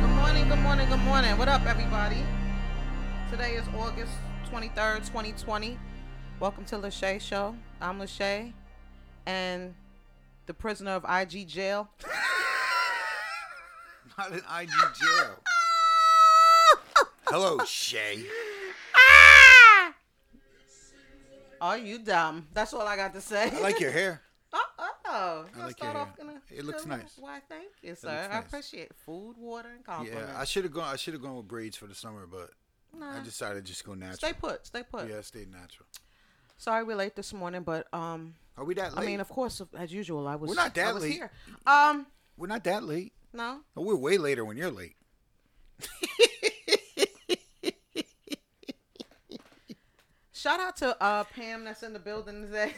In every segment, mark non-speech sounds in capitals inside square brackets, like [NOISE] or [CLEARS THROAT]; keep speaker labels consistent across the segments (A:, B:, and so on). A: Good morning, good morning, good morning. What up, everybody? Today is August 23rd, 2020. Welcome to Lachey Show. I'm Lachey and the prisoner of IG jail.
B: Not in IG jail. Hello, Shay.
A: Ah! Are you dumb? That's all I got to say. [LAUGHS]
B: I like your hair.
A: Oh, oh.
B: I like your
A: start
B: hair.
A: off gonna-
B: It looks
A: gonna-
B: nice.
A: Why, thank you, sir.
B: looks
A: I
B: nice.
A: appreciate food, water, and compliments.
B: Yeah, I should have gone. I should have gone with braids for the summer, but
A: Nah.
B: I decided to just go natural.
A: Uh-huh. Stay put, stay put.
B: yeah, I stayed natural.
A: Sorry we're late this morning, but um,
B: Are we that
A: I
B: late?
A: mean, of course, as usual, I was.
B: We're not that
A: I was
B: late.
A: here. Um,
B: we're not that late.
A: no,
B: No, we're way later when you're late.
A: Shout out to uh, Pam that's in the building today.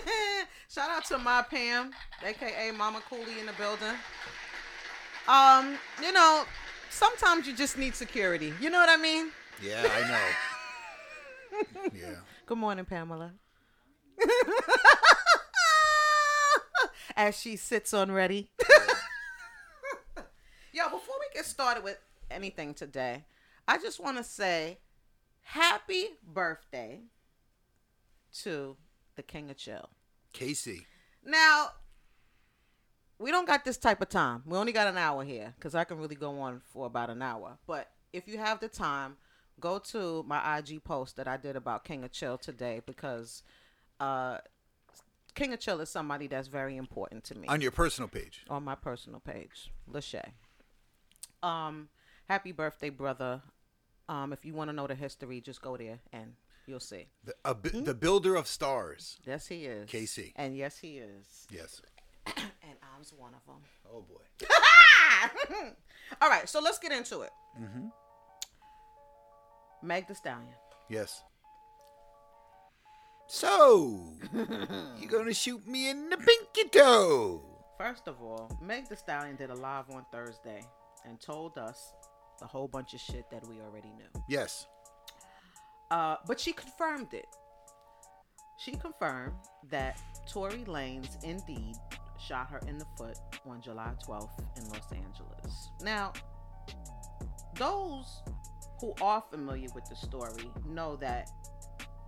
A: [LAUGHS] Shout out to my Pam, aka Mama Cooley in the building. Um, you know, sometimes you just need security. You know what I mean?
B: Yeah, I know.
A: [LAUGHS]
B: yeah.
A: Good morning, Pamela. As she sits on ready. [LAUGHS] Yo, before we get started with anything today, I just want to say happy birthday to the King of Chill.
B: Casey.
A: Now, we don't got this type of time. We only got an hour here because I can really go on for about an hour. But if you have the time, go to my IG post that I did about King of Chill today because uh, King of Chill is somebody that's very important to me
B: On your personal page.
A: on my personal page, Lachey. Um, happy birthday, brother. Um, if you want to know the history, just go there and you'll see.
B: The, a bi-
A: Hmm?
B: the builder of stars.
A: Yes, he is.
B: KC.
A: And yes, he is.
B: Yes.
A: And I'm one of them.
B: Oh boy.
A: All right, so let's get into it. Meg the Stallion.
B: Yes.
A: [LAUGHS]
B: So, you gonna shoot me in the pinky toe?
A: First of all, Meg the Stallion did a live on Thursday and told us a whole bunch of shit that we already knew.
B: Yes.
A: Uh, but she confirmed it. She confirmed that Tory Lanez indeed shot her in the foot on July 12th in Los Angeles. Now, those who are familiar with the story know that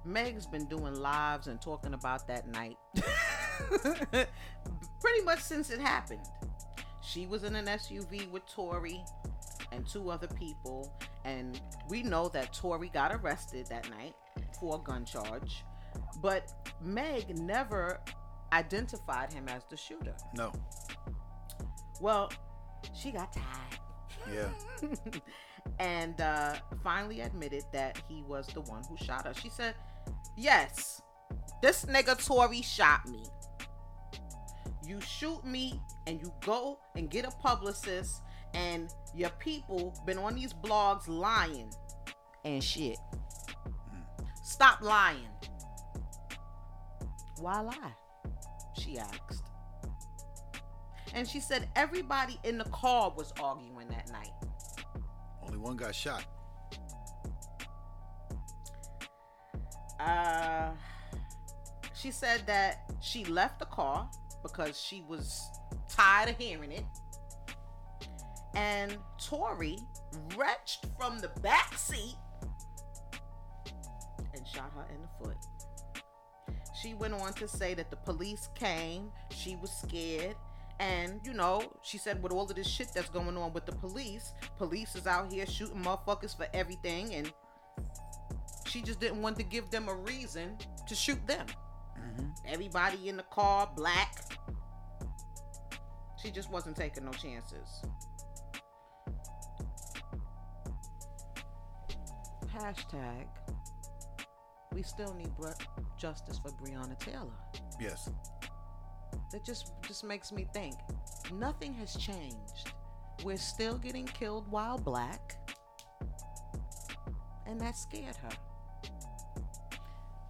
A: Meg's been doing lives and talking about that night [LAUGHS] pretty much since it happened. She was in an SUV with Tori and two other people, and we know that Tori got arrested that night for a gun charge, but Meg never identified him as the shooter.
B: No.
A: Well, she got tired
B: Yeah.
A: [LAUGHS] and uh, finally admitted that he was the one who shot her. She said, Yes, this nigga Tory shot me. You shoot me and you go and get a publicist, and your people been on these blogs lying and shit. Stop lying. Why lie? She asked. And she said everybody in the car was arguing that night.
B: Only one got shot.
A: Uh, she said that she left the car because she was tired of hearing it. And Tori retched from the back seat and shot her in the foot. She went on to say that the police came, she was scared, and you know, she said with all of this shit that's going on with the police, police is out here shooting motherfuckers for everything and she just didn't want to give them a reason to shoot them. Everybody in the car, black. She just wasn't taking no chances. Hashtag. We still need bre- justice for Breonna Taylor.
B: Yes. [LAUGHS]
A: that just just makes me think nothing has changed we're still getting killed while black and that scared her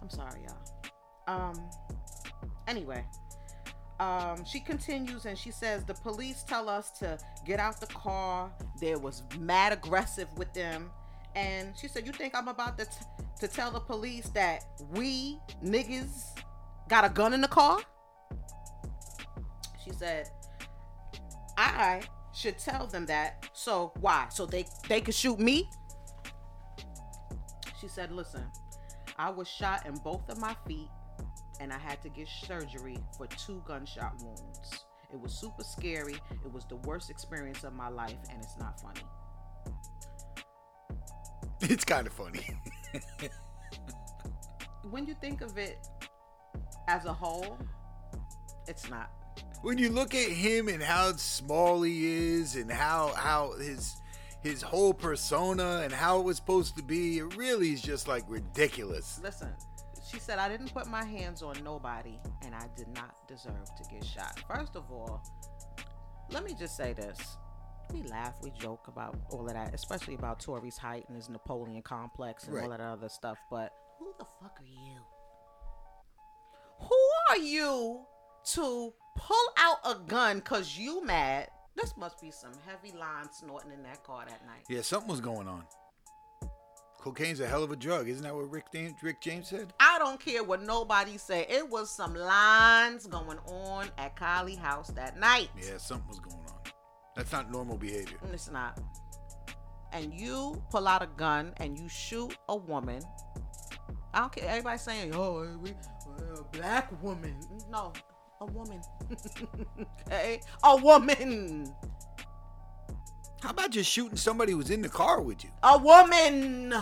A: i'm sorry y'all um anyway um, she continues and she says the police tell us to get out the car there was mad aggressive with them and she said you think i'm about to, t- to tell the police that we niggas got a gun in the car she said i should tell them that so why so they they could shoot me she said listen i was shot in both of my feet and I had to get surgery for two gunshot wounds. It was super scary. It was the worst experience of my life, and it's not funny.
B: It's kind of funny. [LAUGHS]
A: When you think of it as a whole, it's not.
B: when you look at him and how small he is and how how his his whole persona and how it was supposed to be, it really is just like ridiculous.
A: Listen, she said, I didn't put my hands on nobody, and I did not deserve to get shot. First of all, let me just say this. We laugh, we joke about all of that, especially about Tory's height and his Napoleon complex and all
B: Right.
A: that other stuff. But who the fuck are you? Who are you to pull out a gun because you mad? This must be some heavy line snorting in that car that night.
B: Yeah, something was going on. Cocaine's a hell of a drug, isn't that what Rick Dan- Rick James said?
A: I don't care what nobody say. It was some lines going on at Kylie house that night.
B: Yeah, something was going on. That's not normal behavior.
A: And It's not. And you pull out a gun and you shoot a woman. I don't care. Everybody saying, "Oh, we uh, black woman." No, a woman. [LAUGHS] okay, a woman.
B: How about just shooting somebody who's in the car with you?
A: A woman.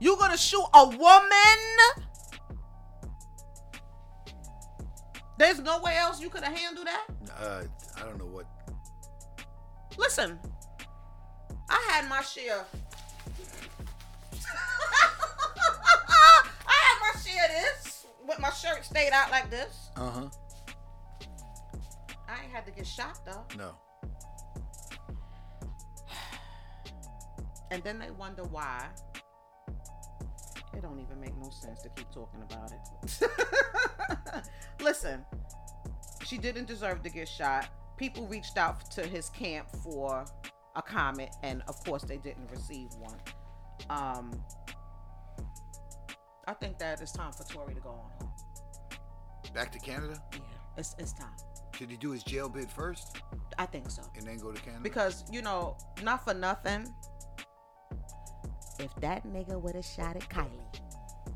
A: You gonna shoot a woman? There's no way else you could have handled that.
B: Uh, I don't know what.
A: Listen, I had my share. [LAUGHS] I had my share of this. With my shirt stayed out like this.
B: Uh huh.
A: I ain't had to get shot though.
B: No.
A: And then they wonder why. It don't even make no sense to keep talking about it. [LAUGHS] Listen, she didn't deserve to get shot. People reached out to his camp for a comment, and of course, they didn't receive one. Um, I think that it's time for Tori to go on home.
B: Back to Canada?
A: Yeah, it's it's time.
B: Did he do his jail bid first
A: I think so.
B: and then go to Canada?
A: Because, you know, not for nothing. If that nigga would have shot at Kylie.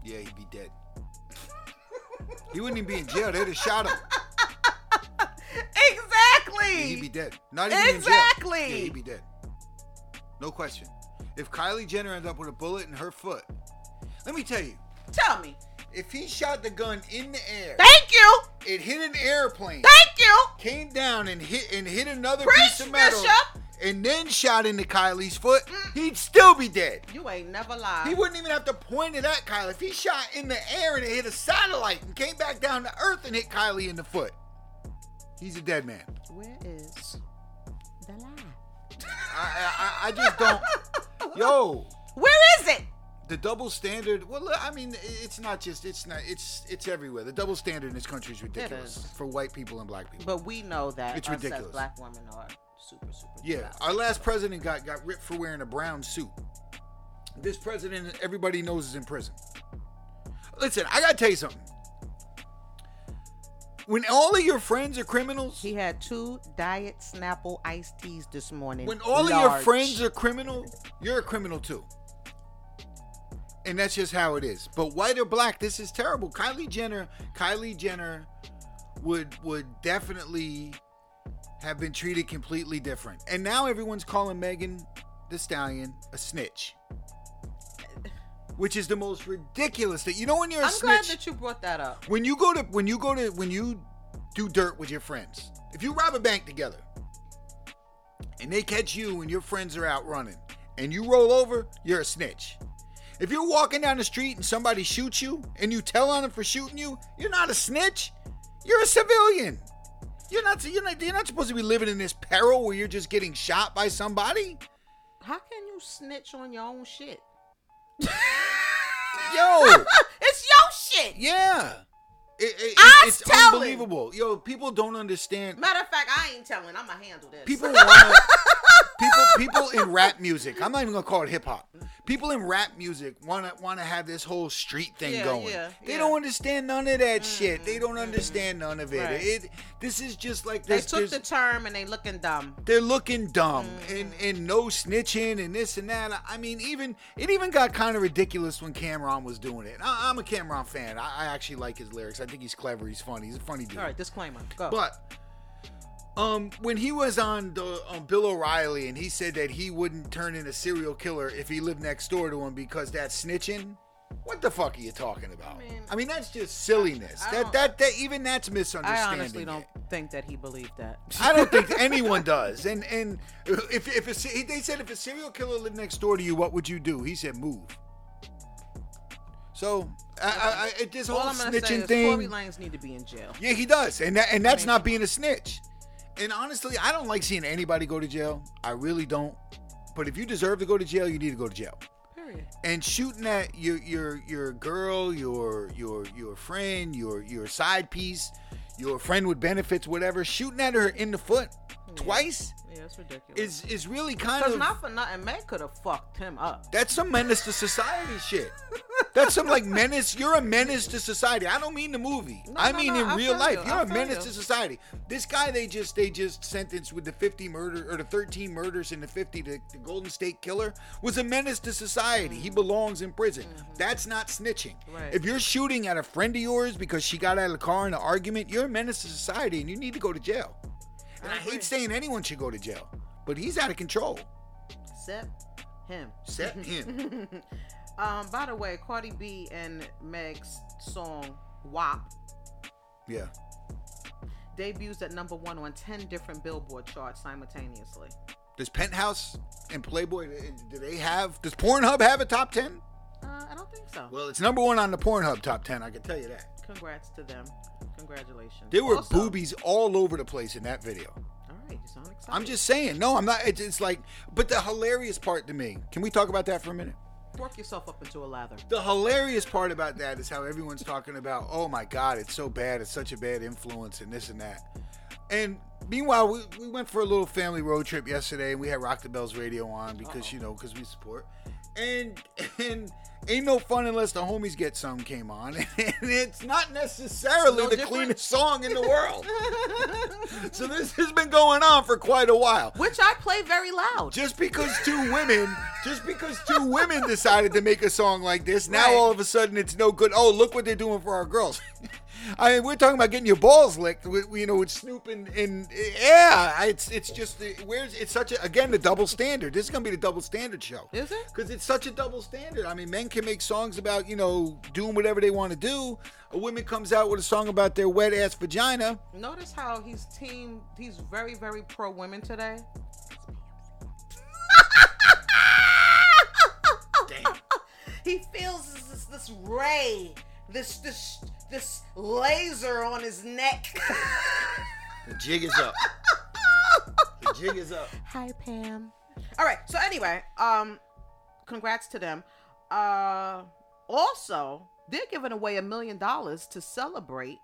B: Yeah, he'd be dead. [LAUGHS] he wouldn't even be in jail. They'd have shot him.
A: [LAUGHS] Exactly.
B: Yeah, he'd be dead. Not even
A: Exactly.
B: in jail. Yeah, he'd be dead. No question. If Kylie Jenner ends up with a bullet in her foot, let me tell you,
A: Tell me.
B: if he shot the gun in the air,
A: Thank you.
B: it hit an airplane,
A: Thank you.
B: came down and hit and hit another piece
A: Preach,
B: of metal,
A: Bishop. Mm.
B: and then shot into Kylie's foot, he'd still be dead.
A: You ain't never lied.
B: He wouldn't even have to point it at Kylie. If he shot in the air and it hit a satellite and came back down to Earth and hit Kylie in the foot, he's a dead man.
A: Where is the lie?
B: I, I, I- I just
A: [LAUGHS]
B: don't. Yo,
A: Where is it?
B: the double standard. Well, I mean, it's not just. It's not. It's it's everywhere. The double standard in this country is ridiculous
A: is.
B: for white people and black people.
A: But we know that
B: It's
A: us as
B: ridiculous.
A: black women are super, super.
B: Yeah,
A: proud.
B: our last president got got ripped for wearing a brown suit. This president, everybody knows, is in prison. Listen, I gotta tell you something. When all of your friends are criminals,
A: He had two diet Snapple iced teas this morning.
B: when all of your
A: Large.
B: friends are criminal, you're a criminal too. And that's just how it is. But white or black, this is terrible. Kylie Jenner, Kylie Jenner would would definitely have been treated completely different. And now everyone's calling Megan the Stallion a snitch. Which is the most ridiculous thing. You know when you're a
A: I'm
B: snitch
A: glad that you brought that up.
B: when you go to when you go to when you do dirt with your friends if you rob a bank together and they catch you and your friends are out running and you roll over you're a snitch if you're walking down the street and somebody shoots you and you tell on them for shooting you you're not a snitch You're a civilian. You're not. You're not. You're not supposed to be living in this peril where you're just getting shot by somebody.
A: How can you snitch on your own shit?
B: Yo.
A: [LAUGHS] it's your shit.
B: yeah. It- it-
A: I
B: it's
A: tell it.
B: unbelievable. Yo, people don't understand.
A: Matter of fact, I ain't telling. I'ma handle this. [LAUGHS]
B: People want people people in rap music. I'm not even gonna call it hip hop. People in rap music want to want to have this whole street thing
A: Yeah,
B: going.
A: yeah,
B: they
A: yeah. Mm-hmm,
B: don't understand none of that shit. They don't understand none of it.
A: Right.
B: It this is just like
A: they
B: this.
A: took the Mm-hmm. term and they looking dumb.
B: they're looking dumb and, and no snitching and this and that. I mean, even it even got kind of ridiculous when Cameron was doing it. I, I'm a Cameron fan. I, I actually like his lyrics. I think he's clever. He's funny. He's a funny dude.
A: All right, disclaimer. Go.
B: But um, when he was on the on Bill O'Reilly and he said that he wouldn't turn in a serial killer if he lived next door to him because that's snitching. What the fuck are you talking about? I mean,
A: mean-
B: that's just silliness.
A: I
B: That,
A: don't-
B: that that even that's
A: I
B: misunderstanding.
A: honestly
B: it.
A: don't think that he believed that.
B: [LAUGHS] I don't think anyone does. And and if if a, se- they said if a serial killer lived next door to you, what would you do? He said move. So I, I, I, this whole
A: All I'm gonna say
B: snitching
A: is
B: thing.
A: Tory Lanez need to be in jail.
B: Yeah, he does, and that, and that's
A: mean-
B: not being a snitch. And honestly, I don't like seeing anybody go to jail. I really don't. But if you deserve to go to jail, you need to go to jail.
A: Period.
B: And shooting at your your your girl, your your your friend, your your side piece, your friend with benefits, whatever, shooting at her in the foot twice
A: Yeah, it's ridiculous.
B: is is really kind
A: Cause
B: of
A: not for nothing, May could have fucked him up.
B: that's some menace to society shit. That's some like menace. You're a menace to society. I don't mean the movie.
A: No,
B: I
A: no,
B: mean
A: no,
B: in
A: I
B: real
A: feel
B: life.
A: you,
B: You're
A: I
B: a
A: feel
B: menace
A: you.
B: to society. This guy they just they just sentenced with the 50 murder or the 13 murders and the 50 the, the Golden State Killer was a menace to society. He belongs in prison. That's not snitching.
A: Mm-hmm. Right.
B: If you're shooting at a friend of yours because she got out of the car in an argument, you're a menace to society and you need to go to jail. And I,
A: I agree.
B: hate saying anyone should go to jail, but he's out of control.
A: Except him. [LAUGHS]
B: Except him.
A: Um, by the way, Cardi B and Meg's song WAP
B: Yeah.
A: debuts at number one on 10 different Billboard charts simultaneously.
B: Does Penthouse and Playboy eh, do they have? Does Pornhub have a top ten?
A: Uh, I don't think so.
B: Well, it's number one on the Pornhub top ten. I can tell you that.
A: Congrats to them. Congratulations.
B: There were
A: Also-
B: boobies all over the place in that video.
A: All right, you sound excited.
B: I'm just saying. No, I'm not. It's, it's like, but the hilarious part to me. Can we talk about that for a minute?
A: work yourself up into a lather. [LAUGHS]
B: The hilarious part about that is how everyone's talking about, oh my God, it's so bad, it's such a bad influence, and this and that. And meanwhile, we, we went for a little family road trip yesterday, and we had Rock the Bells radio on because you know, because we support. And [LAUGHS] and ain't no fun unless the homies get some came on, [LAUGHS] and it's not necessarily
A: No
B: the
A: different.
B: cleanest song in
A: [LAUGHS]
B: the world. so this has been going on for quite a while
A: Which I play very loud.
B: just because two women just because two women decided to make a song like this now
A: Right.
B: all of a sudden it's no good oh look what they're doing for our girls [LAUGHS] i mean we're talking about getting your balls licked with you know with snoop and, and yeah it's it's just where's it's such a again the double standard this is gonna be the double standard show
A: Is it?
B: because it's such a double standard. I mean, men can make songs about you know doing whatever they want to do. A woman comes out with a song about their wet ass vagina.
A: Notice how he's team. He's very, very pro women today. he feels this, this, this ray, this this this laser on his neck. [LAUGHS]
B: The jig is up. the jig is up.
A: Hi, Pam. All right. So anyway, um, congrats to them. Uh, also, they're giving away a million dollars to celebrate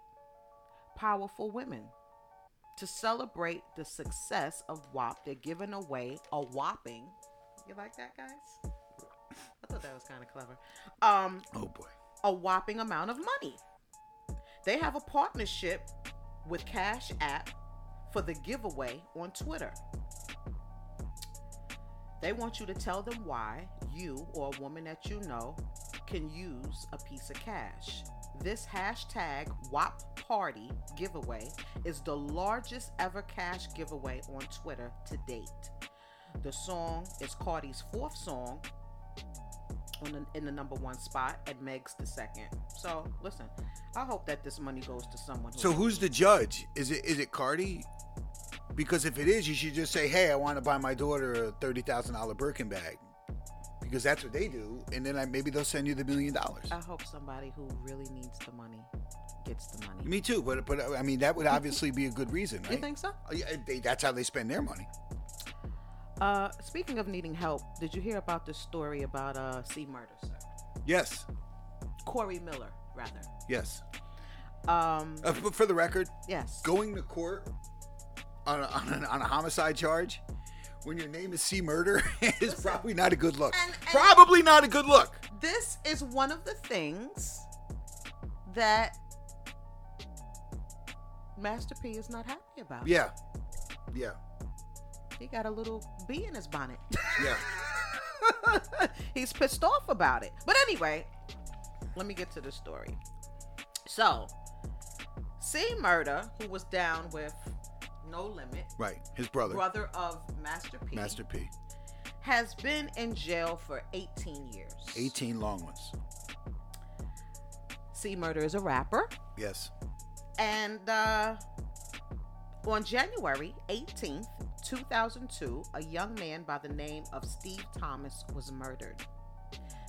A: powerful women. To celebrate the success of WAP, they're giving away a whopping. You like that, guys? I thought that was kind of clever. Um,
B: Oh boy.
A: a whopping amount of money. They have a partnership with Cash App for the giveaway on Twitter. They want you to tell them why you or a woman that you know can use a piece of cash. This hashtag WAP Party giveaway is the largest ever cash giveaway on Twitter to date. The song is Cardi's fourth song, on the, in the number one spot and Meg's the second. So listen, I hope that this money goes to someone. Who
B: So who's the judge? Is it is it Cardi? Because if it is, you should just say, "Hey, I want to buy my daughter a thirty thousand dollar Birkin bag," because that's
A: Uh.
B: what they do, and then I, maybe they'll send you the million dollars.
A: I hope somebody who really needs the money gets the money.
B: Me too, but but I mean that would obviously be a good reason,
A: You
B: right?
A: think so?
B: Oh, yeah, they, that's how they spend their money.
A: Uh, speaking of needing help, did you hear about this story about uh, C murder, sir?
B: Yes,
A: Corey Miller, rather.
B: yes.
A: Um,
B: Uh, but for the record,
A: yes.
B: going to court on a, on, a, on a homicide charge when your name is C murder [LAUGHS] is probably not a good look.
A: And- and-
B: probably not a good look.
A: This is one of the things that Master P is not happy about.
B: Yeah, yeah,
A: He got a little bee in his bonnet.
B: yeah.
A: [LAUGHS] He's pissed off about it. But anyway, let me get to the story. So, C Murder, who was down with No Limit,
B: Right, his brother,
A: brother of Master P,
B: Master P,
A: has been in jail for 18 years.
B: eighteen long ones.
A: C Murder is a rapper.
B: Yes,
A: And uh, on January 18th, 2002, a young man by the name of Steve Thomas was murdered.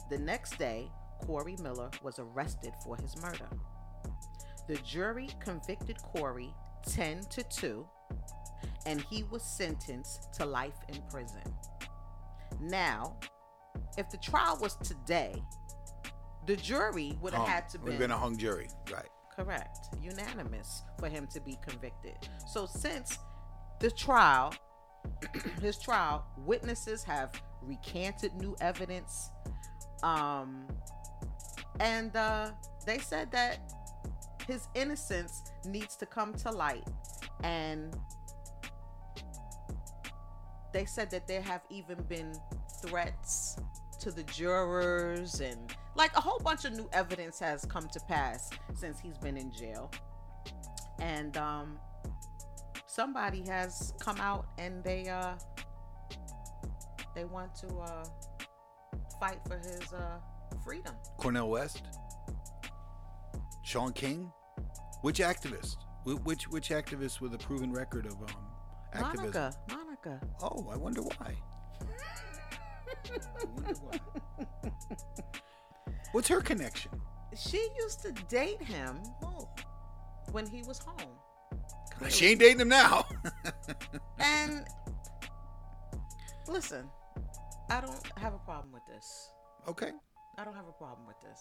A: The next day, Corey Miller was arrested for his murder. The jury convicted Corey 10 to 2, and he was sentenced to life in prison. Now, if the trial was today, the jury would have
B: Hung.
A: had to
B: Oh, Would've been a hung jury. Right.
A: Correct. Unanimous for him to be convicted. So since the trial, [CLEARS THROAT] his trial, witnesses have recanted new evidence. Um and uh they said that his innocence needs to come to light and they said that there have even been threats to the jurors and like a whole bunch of new evidence has come to pass since he's been in jail and um somebody has come out and they uh they want to uh fight for his uh freedom
B: Cornell West, Sean King, which activist? Wh- Which which activist with a proven record of um, activism?
A: monica monica
B: Oh, I wonder why. I wonder why. What's her connection?
A: she used to date him
B: Oh,
A: when he was home
B: she ain't dating him now. [LAUGHS]
A: And listen, I don't have a problem with this.
B: okay.
A: I don't have a problem with this.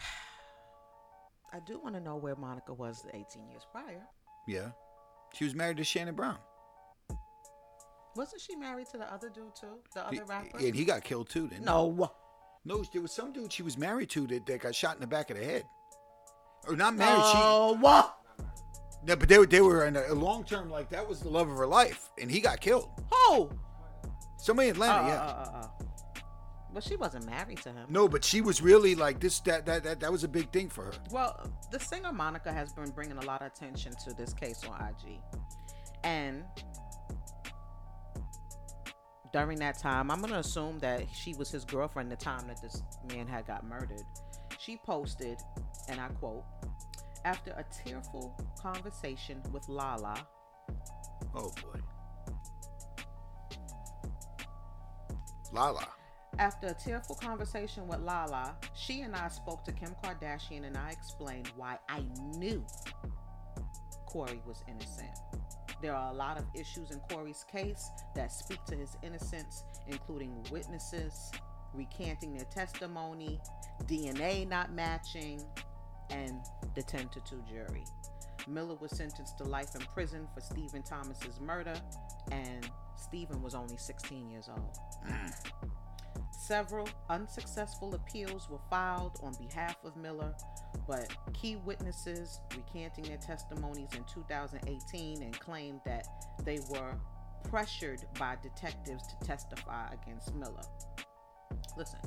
A: [SIGHS] I do want to know where Monica was the 18 years prior.
B: Yeah. She was married to Shannon Brown.
A: Wasn't she married to the other dude too? The other rapper?
B: And he got killed too, didn't
A: no.
B: he? No, there was some dude she was married to that, that got shot in the back of the head. Or not married.
A: No.
B: She, no, but they, were- they were in a, long term, like, that was the love of her life. And he got killed.
A: Who?
B: Somebody in
A: Uh,
B: Atlanta,
A: uh, uh,
B: yeah.
A: uh. Well, she wasn't married to him.
B: No, but she was really like this, that, that, that, that was a big thing for her.
A: Well, the singer Monica has been bringing a lot of attention to this case on IG. And during that time, I'm going to assume that she was his girlfriend the time that this man had got murdered. She posted, and I quote, after a tearful conversation with Lala,
B: Oh, boy. Lala.
A: After a tearful conversation with Lala, she and I spoke to Kim Kardashian and I explained why I knew Corey was innocent. There are a lot of issues in Corey's case that speak to his innocence, including witnesses recanting their testimony, DNA not matching, and the 10 to 2 jury. Miller was sentenced to life in prison for Stephen Thomas's murder, and Stephen was only 16 years old. Several unsuccessful appeals were filed on behalf of Miller, but key witnesses recanting their testimonies in 2018 and claimed that they were pressured by detectives to testify against Miller. Listen,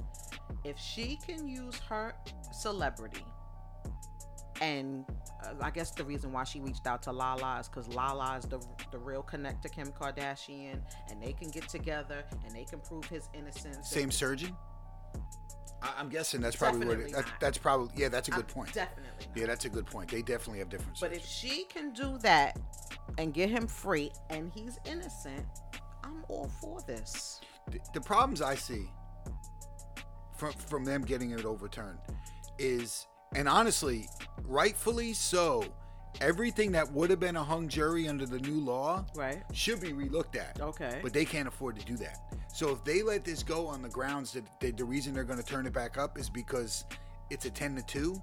A: if she can use her celebrity, and uh, I guess the reason why she reached out to Lala is because Lala is the, the real connect to Kim Kardashian, and they can get together and they can prove his innocence.
B: Same surgeon? I, I'm guessing that's probably what it,
A: Definitely
B: that,
A: not.
B: that's probably yeah, that's a good
A: I'm
B: point.
A: Definitely. not.
B: yeah, that's a good point. They definitely have different
A: But if she can do that and get him free and he's innocent, I'm all for this.
B: the, the problems I see from from them getting it overturned is And honestly, rightfully so, everything that would have been a hung jury under the new law
A: Right.
B: should be relooked at.
A: Okay.
B: But they can't afford to do that. So if they let this go on the grounds that that the reason they're going to turn it back up is because it's a 10 to 2,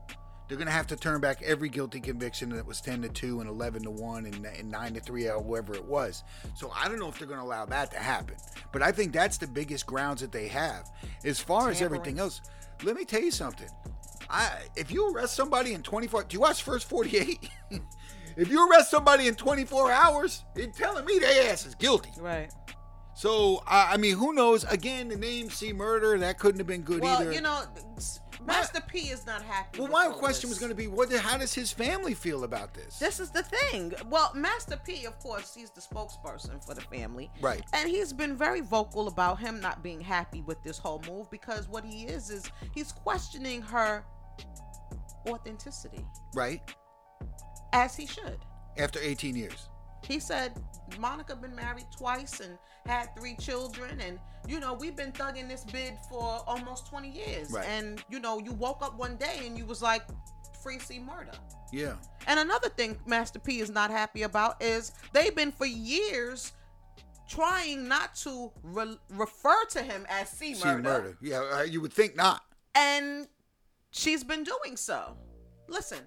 B: they're going to have to turn back every guilty conviction that was 10 to 2 and 11 to 1 and, and 9 to 3 or whatever it was. So I don't know if they're going to allow that to happen. But I think that's the biggest grounds that they have. As far as
A: Tampering.
B: everything else, let me tell you something. I if you arrest somebody in 24 do you watch first 48? [LAUGHS] if you arrest somebody in 24 hours, you're telling me their ass is guilty.
A: right.
B: So I, I mean, who knows? Again, the name C Murder that couldn't have been good
A: Well,
B: either.
A: you know, s- Master P is not happy.
B: well,
A: with
B: my
A: all
B: question
A: this.
B: was going to be, what? the- How does his family feel about this?
A: This is the thing. Well, Master P, of course, he's the spokesperson for the family.
B: Right.
A: And he's been very vocal about him not being happy with this whole move because what he is is he's questioning her authenticity,
B: right
A: as he should.
B: after 18 years.
A: He said Monica been married twice and had three children and you know we've been thugging this bid for almost 20 years
B: Right.
A: and you know you woke up one day and you was like free C murder.
B: Yeah,
A: And another thing Master P is not happy about is they've been for years trying not to re- refer to him as C
B: C
A: murder,
B: Murder. Yeah, uh, you would think not.
A: and she's been doing so. Listen,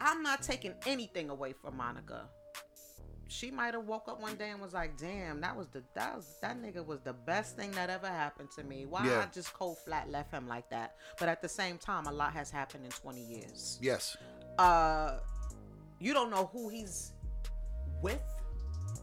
A: I'm not taking anything away from Monica. She might have woke up one day and was like, "Damn, that was the that was, that nigga was the best thing that ever happened to me. Why
B: Yeah.
A: I just cold flat left him like that?" But at the same time, a lot has happened in 20 years
B: Yes,
A: uh you don't know who he's with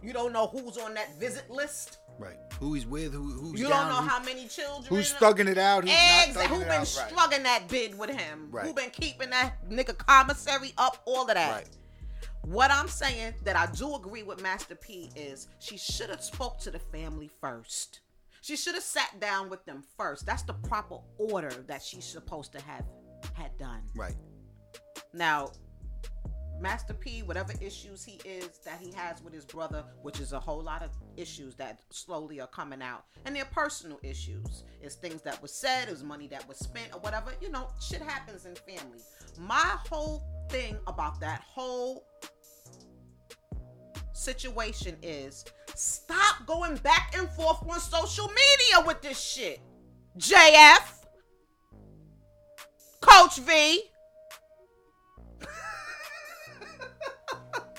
A: you don't know who's on that visit list
B: right. Who he's with? Who, who's
A: you
B: down,
A: don't know
B: who-
A: how many children
B: Who's thugging it out? Who's
A: eggs
B: not thugging
A: who
B: it
A: been
B: out? Right.
A: slugging that bid with him who
B: Right.
A: been keeping that nigga commissary up all of that
B: Right.
A: what i'm saying that i do agree with master p is she should have spoke to the family first she should have sat down with them first that's the proper order that she's supposed to have had done
B: Right.
A: now, Master P, whatever issues he is that he has with his brother, which is a whole lot of issues that slowly are coming out, and they're personal issues. It's things that was said, it was money that was spent, or whatever. You know, shit happens in family. My whole thing about that whole situation is stop going back and forth on social media with this shit. JF, Coach V. [LAUGHS]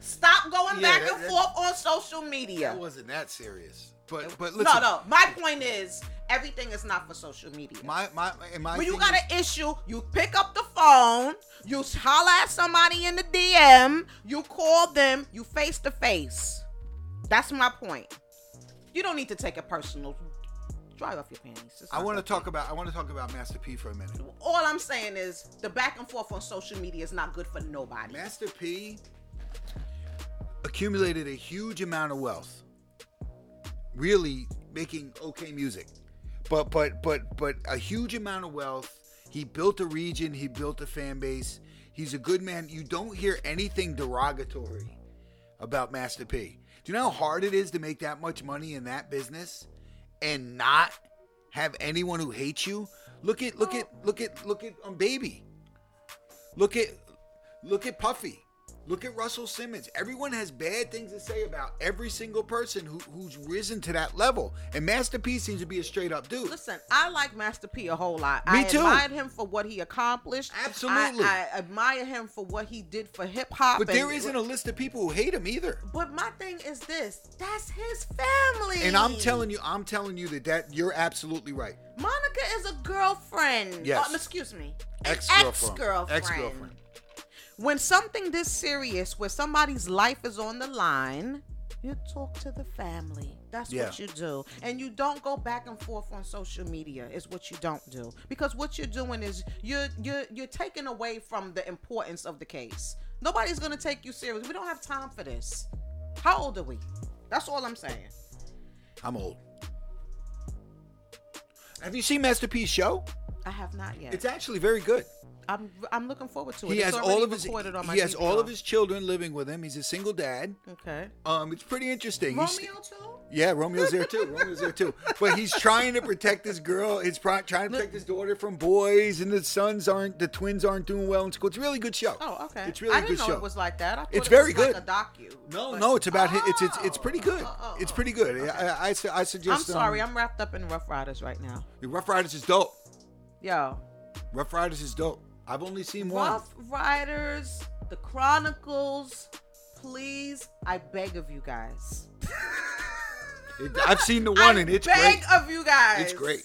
A: Stop going
B: Yeah,
A: back
B: that-
A: and
B: that-
A: forth on social media.
B: That wasn't that serious. But but
A: no,
B: listen.
A: no. My point is, everything is not for social media.
B: My my and my.
A: when you
B: thing
A: got
B: is-
A: an issue, you pick up the phone, you holler at somebody in the DM, you call them, you face to face. That's my point. You don't need to take it personal. Dry off your panties. It's
B: I
A: not
B: want to
A: that
B: talk
A: deep.
B: about I want to talk about Master P for a minute.
A: All I'm saying is the back and forth on social media is not good for nobody.
B: Master P accumulated a huge amount of wealth, really making okay music. But but but but a huge amount of wealth. He built a region. He built a fan base. He's a good man. You don't hear anything derogatory about Master P. Do you know how hard it is to make that much money in that business and not have anyone who hates you? Look at look at look at look at um, baby. Look at look at Puffy. Look at Russell Simmons. Everyone has bad things to say about every single person who, who's risen to that level. And Master P seems to be a straight up dude.
A: Listen, I like Master P a whole lot.
B: Me
A: I
B: too.
A: admired him for what he accomplished.
B: Absolutely.
A: I, I admire him for what he did for hip hop.
B: But there
A: and-
B: isn't a list of people who hate him either.
A: But my thing is this: that's his family.
B: And I'm telling you, I'm telling you that, that you're absolutely right.
A: Monica is a girlfriend.
B: Yes.
A: Oh, excuse me. An
B: Ex-girlfriend.
A: Ex-girlfriend.
B: Ex-girlfriend.
A: When something this serious, where somebody's life is on the line, you talk to the family. That's
B: Yeah.
A: what you do. And you don't go back and forth on social media is what you don't do. Because what you're doing is you're you're you're taking away from the importance of the case. Nobody's gonna take you serious. We don't have time for this. How old are we? That's all I'm saying.
B: I'm old. Have you seen Master P's show?
A: I have not yet.
B: It's actually very good.
A: I'm I'm looking forward to it.
B: He
A: It's
B: has
A: already
B: all of his
A: recorded on my
B: he has all of
A: DVR.
B: his children living with him. He's a single dad.
A: Okay.
B: Um, it's pretty interesting. He's-
A: Romeo too.
B: yeah, Romeo's there too. Romeo's there too. But he's trying to protect his girl. He's pro- trying to protect his daughter from boys, and the sons aren't the twins aren't doing well in school. It's a really good show.
A: Oh, okay.
B: It's really
A: I
B: a
A: didn't
B: good
A: know
B: show.
A: it was like that. I thought
B: It's
A: it
B: very
A: was
B: good.
A: Like a docu.
B: no,
A: but-
B: no, it's about hi It's it's it's pretty
A: Oh,
B: good.
A: oh, oh,
B: It's
A: oh.
B: pretty good.
A: Okay.
B: I, I, I su- I suggest.
A: I'm sorry,
B: Um,
A: I'm wrapped up in Rough Riders right now.
B: the Rough Riders is dope.
A: Yo,
B: Rough Riders is dope. I've only seen one.
A: Rough Riders, The Chronicles, please, I beg of you guys.
B: It- I've seen the one,
A: I
B: and it's
A: beg
B: great.
A: of you guys.
B: It's great.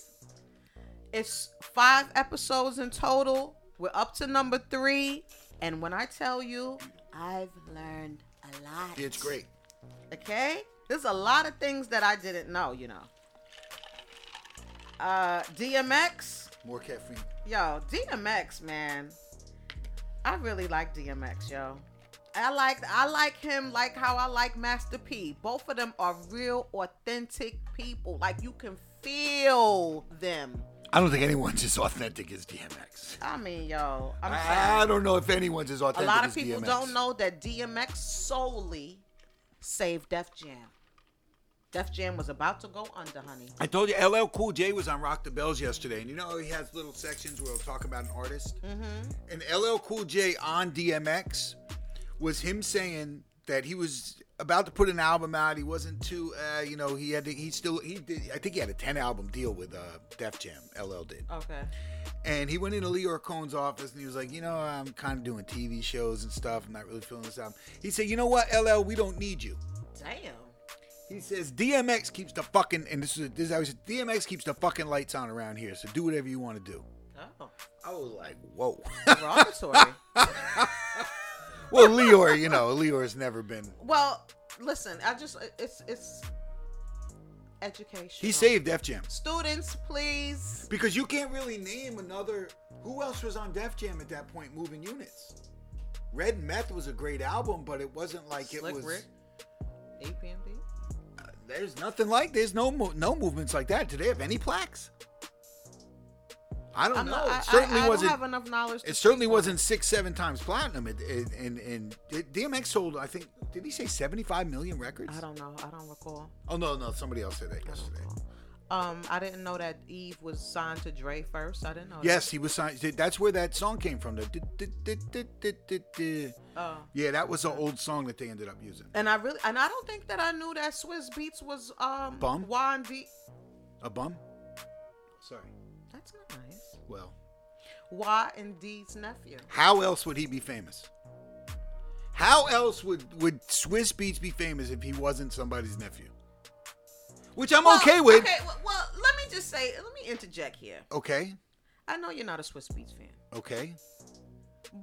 A: It's five episodes in total. We're up to number three, and when I tell you, I've learned a lot.
B: It's great.
A: Okay? There's a lot of things that I didn't know, you know. Uh DMX,
B: More caffeine.
A: yo, DMX, man. I really like DMX, yo. I like I like him like how I like Master P. Both of them are real authentic people. Like you can feel them.
B: I don't think anyone's as authentic as DMX.
A: I mean, yo, I'm
B: I, I
A: sorry.
B: don't know if anyone's as
A: A
B: authentic.
A: lot of
B: as
A: people
B: DMX.
A: don't know that DMX solely saved Def Jam. Def Jam was about to go under, honey.
B: I told you LL Cool J was on Rock the Bells yesterday, and you know how he has little sections where he'll talk about an artist. Mm-hmm. And LL Cool J on DMX was him saying that he was about to put an album out. He wasn't too, uh, you know, he had to, he still he did. I think he had a ten album deal with uh, Def Jam. LL did.
A: Okay.
B: And he went into Lee Cohn's office and he was like, you know, I'm kind of doing TV shows and stuff. I'm not really feeling this album. He said, you know what, LL, we don't need you.
A: Damn.
B: He says DMX keeps the fucking and this is this is how he said DMX keeps the fucking lights on around here. So do whatever you want to do.
A: Oh.
B: I was like, whoa. [LAUGHS]
A: Derogatory.
B: well, Leor, you know, Leor's never been.
A: well, listen, I just it's it's education.
B: He saved Def Jam
A: students, please.
B: because you can't really name another. Who else was on Def Jam at that point? Moving units. Red Meth was a great album, but it wasn't like it
A: Slick
B: was.
A: Rick. APMD.
B: There's nothing like. There's no mo- no movements like that. Do they have any plaques? I don't
A: I'm
B: know.
A: not, I,
B: it certainly
A: I, I
B: wasn't.
A: don't have enough knowledge. to
B: It certainly
A: speak on
B: wasn't six, seven times platinum. It, it, and and it, DMX sold, I think, did he say seventy-five million records?
A: I don't know. I don't recall.
B: Oh no, no, somebody else said that
A: I don't
B: yesterday.
A: recall. Um, I didn't know that Eve was signed to Dre first. I didn't know.
B: Yes, he was signed. That's where that song came from. The du- du- du- du- du- du- du.
A: That. Uh,
B: Yeah, that was an old song that they ended up using.
A: and I really and I don't think that I knew that Swiss Beats was um
B: Bum?
A: Juan D.
B: A bum. Sorry.
A: That's not nice.
B: Well,
A: Y and D's nephew.
B: how else would he be famous? How else would would Swiss Beats be famous if he wasn't somebody's nephew? Which I'm
A: Well,
B: okay with.
A: Okay, well, well, let me just say, let me interject here.
B: Okay.
A: I know you're not a Swiss Beats fan,
B: Okay.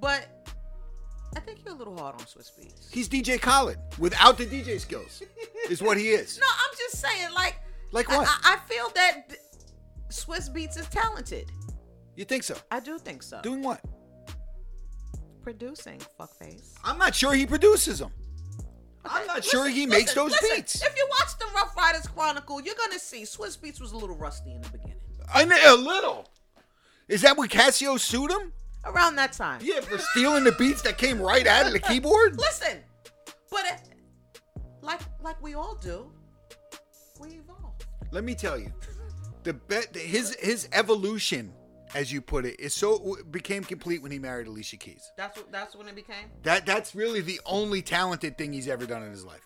A: but I think you're a little hard on Swiss Beats.
B: He's DJ Khaled without the DJ skills, is what he is.
A: No, I'm just saying, like,
B: Like
A: I-
B: what?
A: I, I feel that th- Swiss Beats is talented.
B: You think so?
A: I do think so.
B: Doing what?
A: Producing, fuckface.
B: I'm not sure he produces them. I'm
A: Okay,
B: not sure he makes those
A: listen,
B: beats.
A: If you watch the Rough Riders Chronicle, you're gonna see Swiss Beats was a little rusty in the beginning.
B: I know, a little. Is that when Casio sued him?
A: Around that time.
B: Yeah, for stealing the beats that came right out of the keyboard.
A: Listen, but it, like like we all do, we evolve.
B: Let me tell you, the bet the- his his evolution, as you put it, is so became complete when he married Alicia Keys.
A: That's what that's when it became.
B: That that's really the only talented thing he's ever done in his life.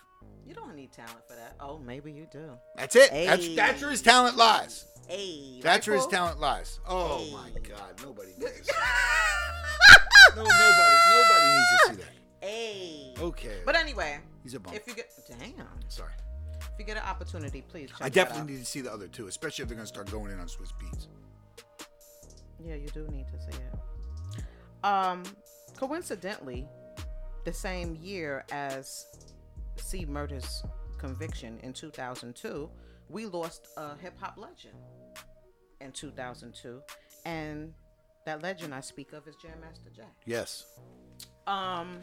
A: You don't need talent for that. Oh, maybe you do.
B: That's it. That's
A: Hey.
B: that's where his talent lies.
A: Hey,
B: That's where his
A: Michael.
B: talent lies. Oh
A: Hey.
B: my God, nobody
A: [LAUGHS]
B: needs. no, nobody, nobody needs to see that.
A: hey.
B: Okay,
A: But anyway,
B: Oh. he's a bum.
A: if you get damn,
B: Sorry,
A: if you get an opportunity, please. Check
B: I
A: that out.
B: definitely need to see the other two, especially if they're gonna start going in on Swiss beats.
A: Yeah, you do need to see it. Um, coincidentally, the same year as C Murder's conviction in 2002, we lost a hip hop legend in 2002, and that legend I speak of is Jam Master Jack.
B: Yes.
A: Um,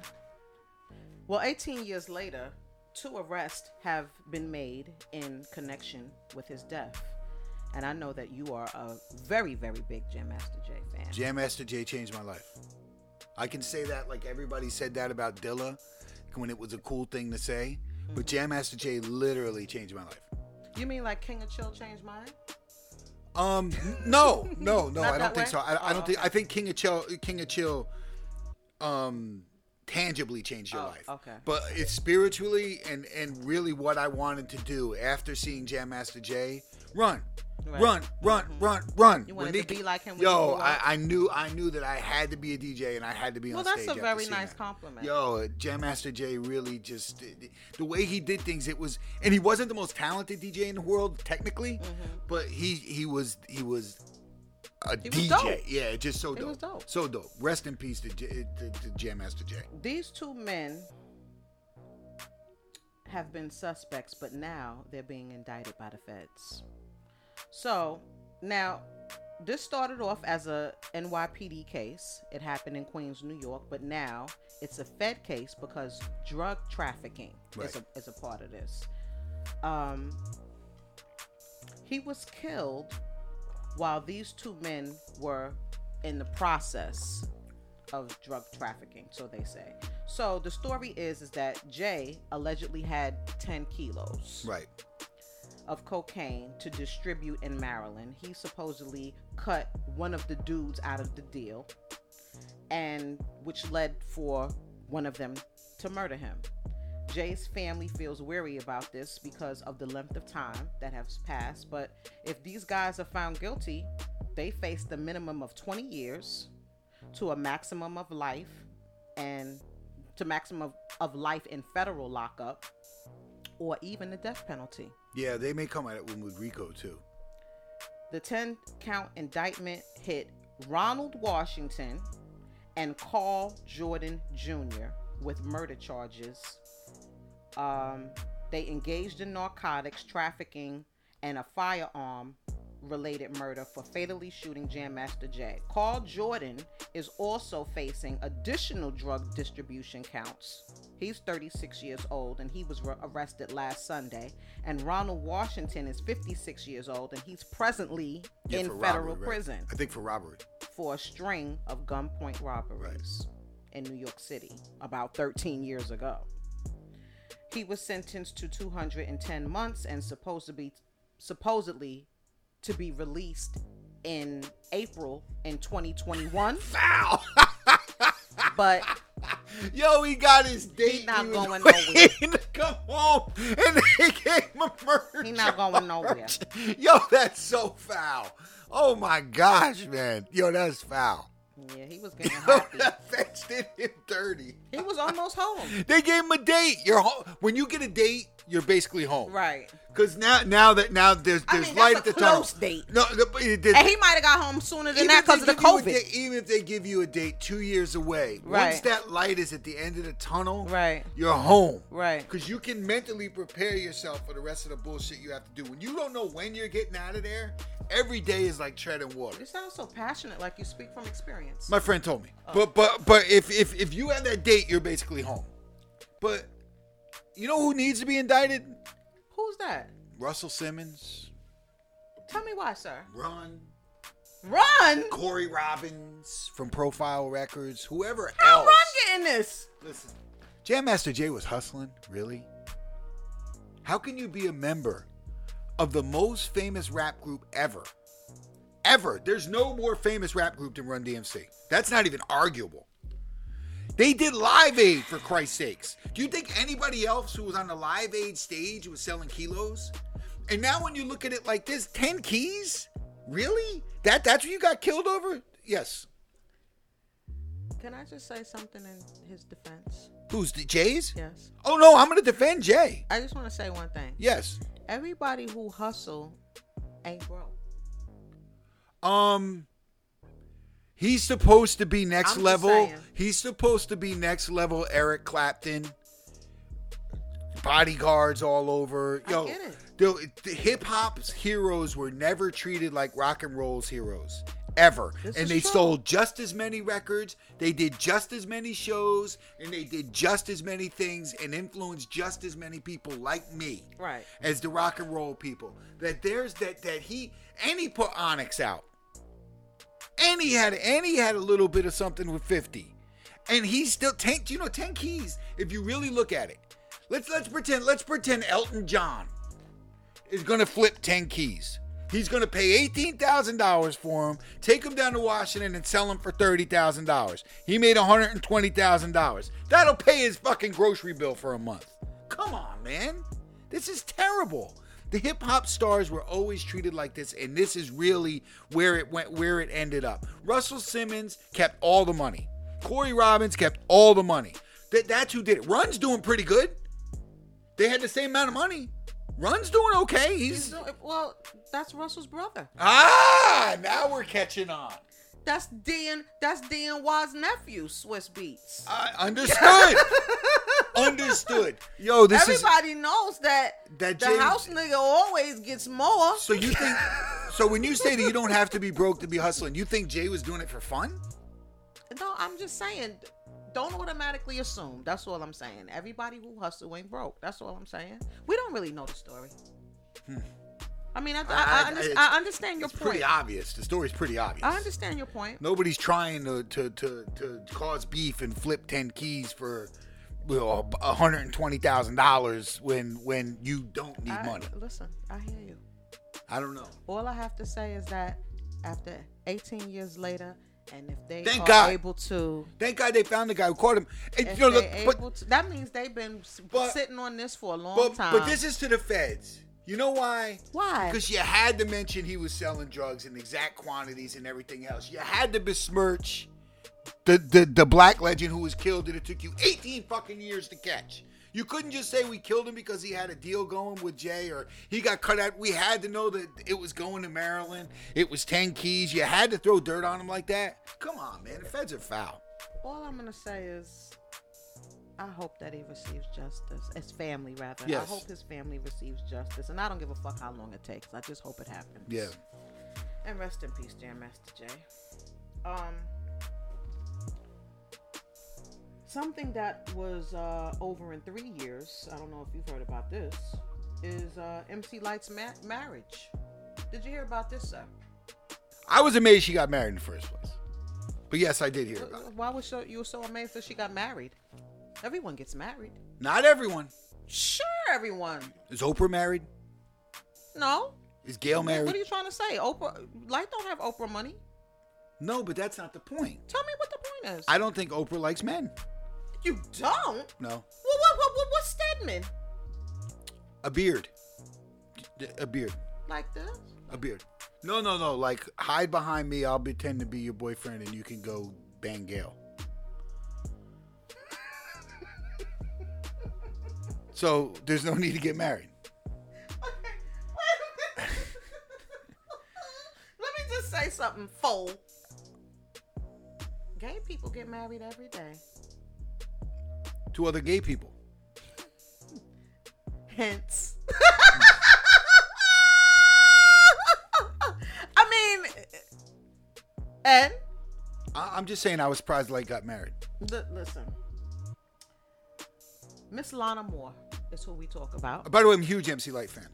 A: well, 18 years later, two arrests have been made in connection with his death. And I know that you are a very, very big Jam Master Jay fan.
B: Jam Master Jay changed my life. I can say that like everybody said that about Dilla when it was a cool thing to say, but Jam Master Jay literally changed my life.
A: You mean like King of Chill changed mine?
B: Um, no, no, no,
A: Not
B: I don't
A: that
B: think
A: way?
B: so. I, I
A: Oh,
B: don't think I think King of Chill, King of Chill, um, tangibly changed your
A: Oh,
B: life.
A: okay.
B: But it's spiritually and and really what I wanted to do after seeing Jam Master Jay run.
A: Right. Mm-hmm.
B: Run, run, run, run.
A: You
B: When
A: wanted to
B: Nicki-
A: be like him when you
B: Yo,
A: grew up.
B: I, I knew I knew that I had to be a DJ and I had to be
A: Well,
B: on
A: that's
B: stage.
A: a
B: after
A: very
B: seeing
A: nice
B: that.
A: compliment.
B: Yo, Jam Master Jay really just the way he did things. It was, and he wasn't the most talented DJ in the world technically,
A: Mm-hmm.
B: but he he was he was a
A: He was
B: DJ.
A: dope.
B: Yeah, just so
A: He
B: dope.
A: was dope.
B: So dope. Rest in peace to, J- to, to Jam Master Jay.
A: These two men have been suspects, but now they're being indicted by the feds. So now, this started off as a NYPD case. It happened in Queens, New York, but now it's a Fed case because drug trafficking
B: Right.
A: is, a, is a part of this. Um, he was killed while these two men were in the process of drug trafficking, so they say. So the story is is that Jay allegedly had 10 kilos
B: Right.
A: of cocaine to distribute in Maryland. He supposedly cut one of the dudes out of the deal and which led for one of them to murder him. Jay's family feels weary about this because of the length of time that has passed, but if these guys are found guilty, they face the minimum of 20 years to a maximum of life and to maximum of, of life in federal lockup or even the death penalty.
B: Yeah, they may come at it with Rico too.
A: The 10 count indictment hit Ronald Washington and Carl Jordan Jr. with murder charges. Um, they engaged in narcotics trafficking and a firearm related murder for fatally shooting Jam Master Jay. Carl Jordan is also facing additional drug distribution counts. He's 36 years old and he was re- arrested last Sunday. And Ronald Washington is 56 years old and he's presently
B: Yeah,
A: in
B: for
A: federal
B: robbery, right?
A: prison
B: I think for robbery.
A: for a string of gunpoint robberies in New York City about 13 years ago. He was sentenced to 210 months and supposed to be supposedly to be released in April in 2021,
B: Foul. [LAUGHS]
A: but
B: Yo, he got his date.
A: not
B: was
A: going
B: waiting to [LAUGHS] come home, and they gave him a murder.
A: he not going nowhere.
B: charge. Yo, that's so foul. Oh my gosh, man. Yo, that's foul.
A: Yeah, he was getting
B: [LAUGHS] Yo,
A: happy.
B: that fence did him dirty.
A: He was almost home.
B: They gave him a date. You're home. When you get a date, you're basically home.
A: Right.
B: Cause now, now that now there's
A: I
B: there's
A: mean,
B: light
A: that's a
B: at the tunnel.
A: close date.
B: No, the- but it- the-
A: And he might have got home sooner than
B: even
A: that
B: if they
A: because of the
B: give you a
A: COVID.
B: date- even if they give you a date two years away, once
A: Right.
B: that light is at the end of the tunnel,
A: Right.
B: you're home.
A: Right.
B: Because you can mentally prepare yourself for the rest of the bullshit you have to do. When you don't know when you're getting out of there, every day is like treading water.
A: You sound so passionate, like you speak from experience.
B: My friend told me. But but but if if if you have that date, you're basically home. But you know who needs to be indicted?
A: Who's that?
B: Russell Simmons,
A: Tell me why, sir.
B: Ron,
A: Run!
B: Corey Robbins from Profile Records, whoever
A: How
B: else.
A: run getting this?
B: Listen, Jam Master Jay was hustling, really? How can you be a member of the most famous rap group ever? Ever. There's no more famous rap group than Run DMC. That's not even arguable. They did Live Aid for Christ's sakes. Do you think anybody else who was on the Live Aid stage was selling kilos? And now when you look at it like this, 10 keys? Really? That that's what you got killed over? Yes.
A: Can I just say something in his defense?
B: Who's the Jays?
A: Yes.
B: Oh no, I'm gonna defend Jay.
A: I just want to say one thing.
B: Yes.
A: Everybody who hustle ain't broke.
B: Um, he's supposed to be
A: I'm
B: next
A: just
B: level.
A: saying.
B: He's supposed to be next level. Eric Clapton, bodyguards all over.
A: I
B: Yo,
A: get it.
B: the, hip hop's heroes were never treated like rock and roll's heroes ever.
A: This
B: and
A: is
B: they
A: true.
B: sold just as many records, they did just as many shows, and they did just as many things and influenced just as many people like me
A: Right.
B: as the rock and roll people. That there's that that he and he put Onyx out. And he had and he had a little bit of something with 50. And he's still ten you know, ten keys, if you really look at it. Let's let's pretend let's pretend Elton John is gonna flip ten keys. He's gonna pay eighteen thousand dollars for him, take him down to Washington and sell him for thirty thousand dollars. He made hundred and twenty thousand dollars. That'll pay his fucking grocery bill for a month. Come on, man. This is terrible. The hip hop stars were always treated like this, and this is really where it went, where it ended up. Russell Simmons kept all the money. Corey Robbins kept all the money. That, that's who did it. Run's doing pretty good. They had the same amount of money. Run's doing okay.
A: He's
B: He's
A: doing, well, that's Russell's brother.
B: ah. Now we're catching on.
A: That's Dan. That's Dan Y's nephew, Swiss Beats.
B: I understood. understood. Yo, this is
A: Everybody knows that,
B: That
A: the
B: James-
A: house nigga always gets more.
B: So you think? so when you say that you don't have to be broke to be hustling, you think Jay was doing it for fun?
A: No, I'm just saying, don't automatically assume. That's all I'm saying. Everybody who hustle ain't broke. That's all I'm saying. We don't really know the story. I mean, I, I, I,
B: Hmm. I-
A: under-
B: I-
A: I understand your
B: It's pretty
A: point.
B: obvious. The story's pretty obvious.
A: I understand your point.
B: Nobody's trying to, to, to, to cause beef and flip ten keys for well hundred and twenty thousand dollars when when you don't need
A: I-
B: money.
A: Listen, I hear you.
B: I don't know.
A: All I have to say is that after 18 years later, and if they
B: Thank
A: are
B: God.
A: able
B: [LAUGHS]
A: to,
B: Thank God they found the guy who caught him. And,
A: if
B: you know, look,
A: they
B: but,
A: able to, that means they've been s-
B: But-
A: sitting on this for a long
B: but,
A: time.
B: but this is to the feds. You know why?
A: why?
B: Because you had to mention he was selling drugs in exact quantities and everything else. You had to besmirch the, the, the black legend who was killed that it took you 18 fucking years to catch. You couldn't just say we killed him because he had a deal going with Jay or he got cut out. We had to know that it was going to Maryland. It was 10 keys. You had to throw dirt on him like that. Come on, man. The feds are foul.
A: All I'm gonna say is, I hope that he receives justice. His family, rather. I
B: Yes.
A: hope his family receives justice, and I don't give a fuck how long it takes. I just hope it happens.
B: Yeah.
A: And rest in peace, dear Master J. Um, something that was uh, over in three years. I don't know if you've heard about this. Is uh, MC Light's ma- marriage? Did you hear about this, sir?
B: I was amazed she got married in the first place. But yes, I did hear about it.
A: Why was so, you so amazed that she got married? Everyone gets married.
B: Not everyone.
A: Sure, everyone.
B: Is Oprah married?
A: No.
B: Is Gail
A: What
B: married?
A: are you trying to say? Oprah, Light don't have Oprah money.
B: No, but that's not the point.
A: Tell me what the point is.
B: I don't think Oprah likes men.
A: you don't.
B: No,
A: Well, what, what, what, what's Stedman
B: a beard, a beard,
A: like this? [LAUGHS]
B: a beard. No, no, no. Like hide behind me. I'll pretend to be your boyfriend, and you can go
A: [LAUGHS]
B: bang Gail. so there's no need to get married.
A: Okay, wait a minute. Let me just say something, fool. Gay people get married every day.
B: To other gay people.
A: Hence. [LAUGHS] I mean, and
B: I- I'm just saying. I was surprised Light got married.
A: Li- listen, Miss Lana Moore is who we talk about.
B: By the way, I'm a huge MC Light fan.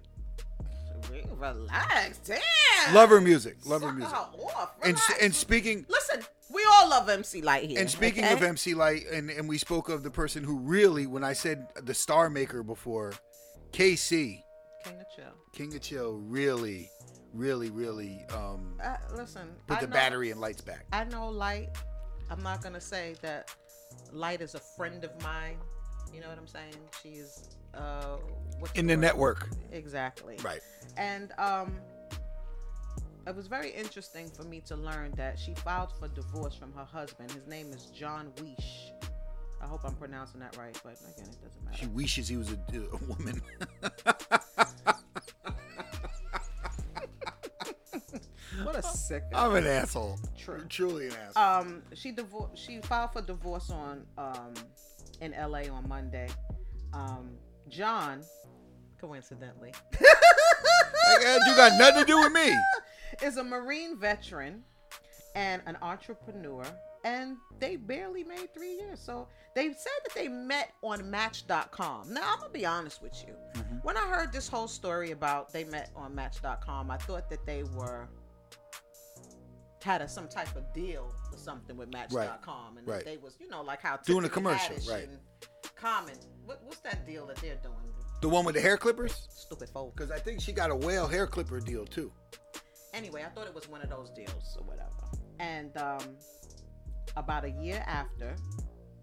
A: Re- Relax, damn.
B: Love her music. Love her
A: Suck
B: music.
A: her off,
B: And
A: relax.
B: and speaking
A: listen, we all love MC Light here.
B: And speaking of
A: okay?
B: MC Light, and, and we spoke of the person who really, when I said the star maker before, KC,
A: King of Chill.
B: King of Chill, really, really, really um,
A: Uh, listen,
B: put
A: I
B: the
A: know,
B: battery and lights back.
A: I know Light. I'm not gonna say that Light is a friend of mine. You know what I'm saying? She is uh, what's
B: In the
A: word?
B: network.
A: Exactly.
B: Right.
A: And um, it was very interesting for me to learn that she filed for divorce from her husband. His name is John Weish. I hope I'm pronouncing that right, but again, it doesn't matter.
B: She wishes he was a, a woman. [LAUGHS]
A: What a sick.
B: I'm an asshole.
A: [LAUGHS] True.
B: Truly an asshole.
A: Um, she divor- She filed for divorce on um in L.A. on Monday. Um, John, coincidentally,
B: Like, eh, you got nothing to do with me.
A: is a Marine veteran and an entrepreneur, and they barely made three years. So they said that they met on Match.com. Now, I'm going to be honest with you.
B: Mhm.
A: When I heard this whole story about they met on Match.com, I thought that they were had a, some type of deal or something with Match.com, and that
B: Right.
A: they was you know like how
B: Doing a
A: Tiffany
B: commercial,
A: Haddish
B: right.
A: And Common, what, what's that deal that they're doing?
B: The one with the hair clippers?
A: Stupid folk.
B: Because I think she got a whale hair clipper deal too.
A: anyway, I thought it was one of those deals or whatever. And um, about a year after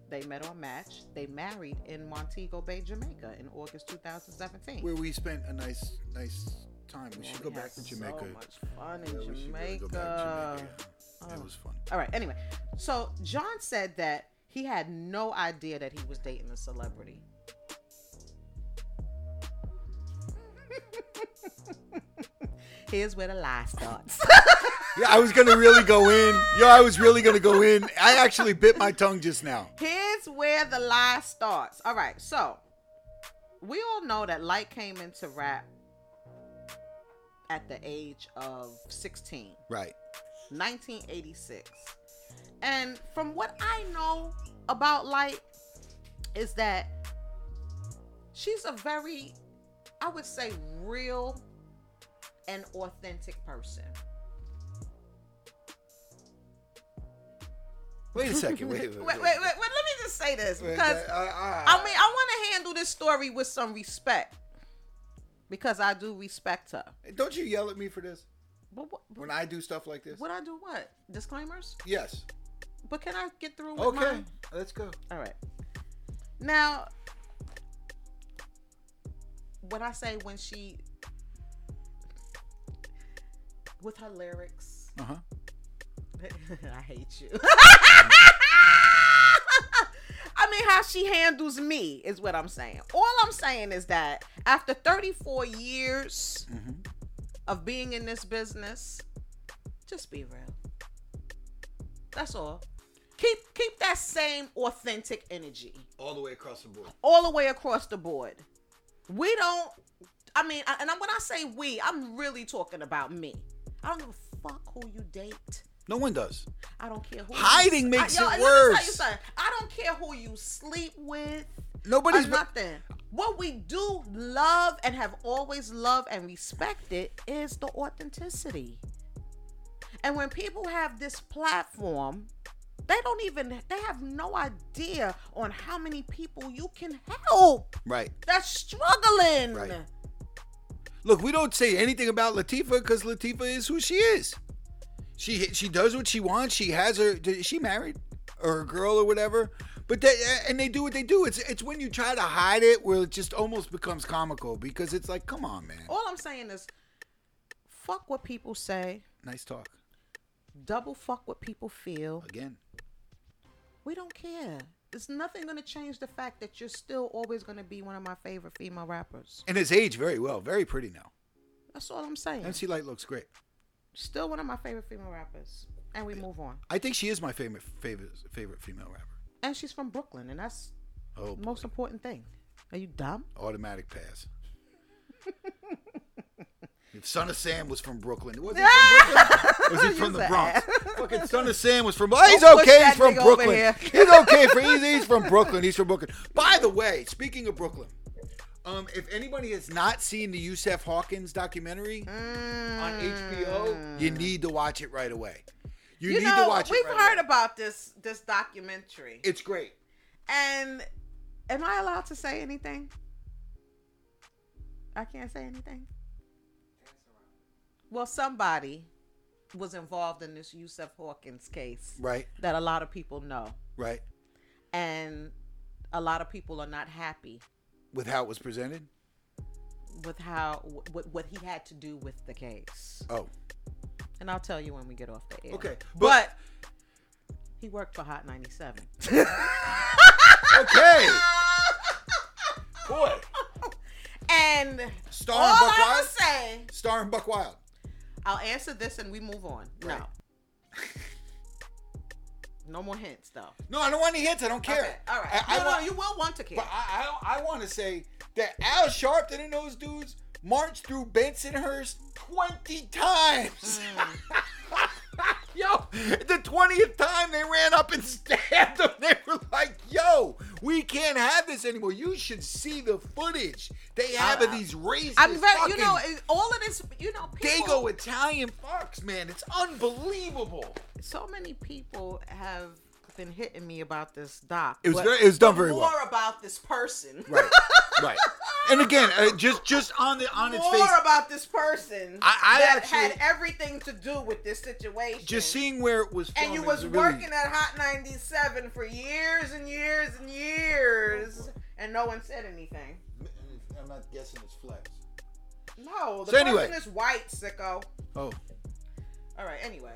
A: they met on Match, they married in Montego Bay, Jamaica, in August 2017.
B: Where we spent a nice, nice time. We
A: Man,
B: should go
A: we
B: back
A: had
B: to Jamaica.
A: So much fun
B: Yeah,
A: in
B: we should really
A: Jamaica.
B: go back to Jamaica. Yeah.
A: Oh.
B: It was fun.
A: All right. Anyway, so John said that he had no idea that he was dating a
B: [LAUGHS]
A: celebrity. Here's where the lie starts.
B: Yeah, I was gonna really go in. Yo, I was really gonna go in. I actually bit my tongue just now.
A: Here's where the lie starts. All right, so we all know that Light came into rap at the age of 16,
B: Right.
A: 1986. And from what I know about Light, is that she's a very, I would say, real and authentic person.
B: Wait a second. Wait.
A: Wait, wait, wait, wait, let me just say this
B: Wait,
A: because.
B: I, I-
A: I mean, I want to handle this story with some respect because I do respect her.
B: don't you yell at me for this
A: But what?
B: when I do stuff like this?
A: Would I do what? Disclaimers?
B: Yes.
A: But can I get through with
B: Okay.
A: mine?
B: Let's go.
A: All right. Now, when I say when she with her lyrics,
B: Uh huh.
A: [LAUGHS] I hate you. I mean, how she handles me is what I'm saying. All I'm saying is that after 34 years
B: Mhm.
A: of being in this business, just be real. That's all. Keep keep that same authentic energy
B: All the way across the board.
A: all the way across the board. We don't. I mean, I- and I'm- when I say we, I'm really talking about me. I don't give a fuck who you date.
B: No one does.
A: I don't care who
B: Hiding
A: you,
B: makes
A: I, yo,
B: it
A: let me Tell
B: worse.
A: you something. I don't care who you sleep with or
B: Nobody's.
A: nothing. What we do love and have always loved and respected is the authenticity. And when people have this platform, they don't even they have no idea on how many people you can help
B: right.
A: that's struggling.
B: Right. Look, we don't say anything about Latifa because Latifa is who she is. She she does what she wants. She has her. Is she married or a girl or whatever? But they and they do what they do. It's it's when you try to hide it where it just almost becomes comical because it's like, come on, man.
A: All I'm saying is fuck what people say,
B: Nice talk
A: double fuck what people feel.
B: again.
A: We don't care. It's nothing gonna change the fact that you're still always gonna be one of my favorite female rappers.
B: And his age very well, very pretty now.
A: That's all I'm saying.
B: MC Light looks great.
A: still one of my favorite female rappers. And we move on.
B: I think she is my favorite favorite favorite female rapper.
A: And she's from Brooklyn, and that's
B: Oh,
A: the most important thing. Are you dumb? [LAUGHS]
B: automatic pass. if Son of Sam was from Brooklyn, was
A: [LAUGHS]
B: he Or is he from the
A: You're
B: Bronx?
A: sad.
B: Fucking son of Sam was from. Oh, he's
A: push
B: okay. He's
A: that
B: from
A: nigga over
B: Brooklyn.
A: here.
B: He's
A: [LAUGHS]
B: okay. For he's, he's from Brooklyn. He's from Brooklyn. By the way, speaking of Brooklyn, um, if anybody has not seen the Yusef Hawkins documentary on HBO, you need to watch it right away. You,
A: Mm. You
B: need
A: know,
B: to watch
A: we've
B: it. right
A: heard
B: away.
A: about this this documentary.
B: It's great.
A: and am I allowed to say anything? I can't say anything. Well, somebody was involved in this Yusef Hawkins case
B: Right.
A: that a lot of people know.
B: Right.
A: And a lot of people are not happy
B: With how it was presented.
A: with how what what he had to do with the case.
B: Oh.
A: And I'll tell you when we get off the air.
B: Okay,
A: But, he worked for Hot 97.
B: Okay. [LAUGHS] Boy.
A: and
B: Starring
A: all
B: Buck
A: I
B: Wild.
A: would say,
B: Starring Buck Wild.
A: I'll answer this and we move on. No.
B: Right.
A: [LAUGHS] No more hints though.
B: No, I don't want any hits. I don't care.
A: Okay. All right.
B: I, I
A: no, no,
B: want-
A: you will want to care.
B: But I, I, I want to say that Al Sharpton and those [LAUGHS] dudes marched through Bensonhurst 20 times. Mm. yo, the 20th time they ran up and stabbed him, they were like, yo, we can't have this anymore. You should see the footage they have of these racist
A: Uh, I'm very, you
B: fucking
A: know, all of this, you know, people.
B: Dago Italian fucks, man. It's unbelievable.
A: so many people have been hitting me about this doc.
B: It was
A: but
B: very- it was done very
A: more
B: well.
A: about this person. [LAUGHS]
B: Right, right. And again, uh, just just on the on its
A: more
B: face,
A: about this person
B: I- I
A: that had
B: actually-
A: everything to do with this situation.
B: just seeing where it was.
A: and
B: Filmed,
A: you was
B: really-
A: working at Hot 97 for years and years and years, and no one said anything.
B: Mm, I'm not guessing it's flex.
A: No, the
B: So
A: person
B: anyway.
A: is white, sicko.
B: Oh,
A: All right, anyway.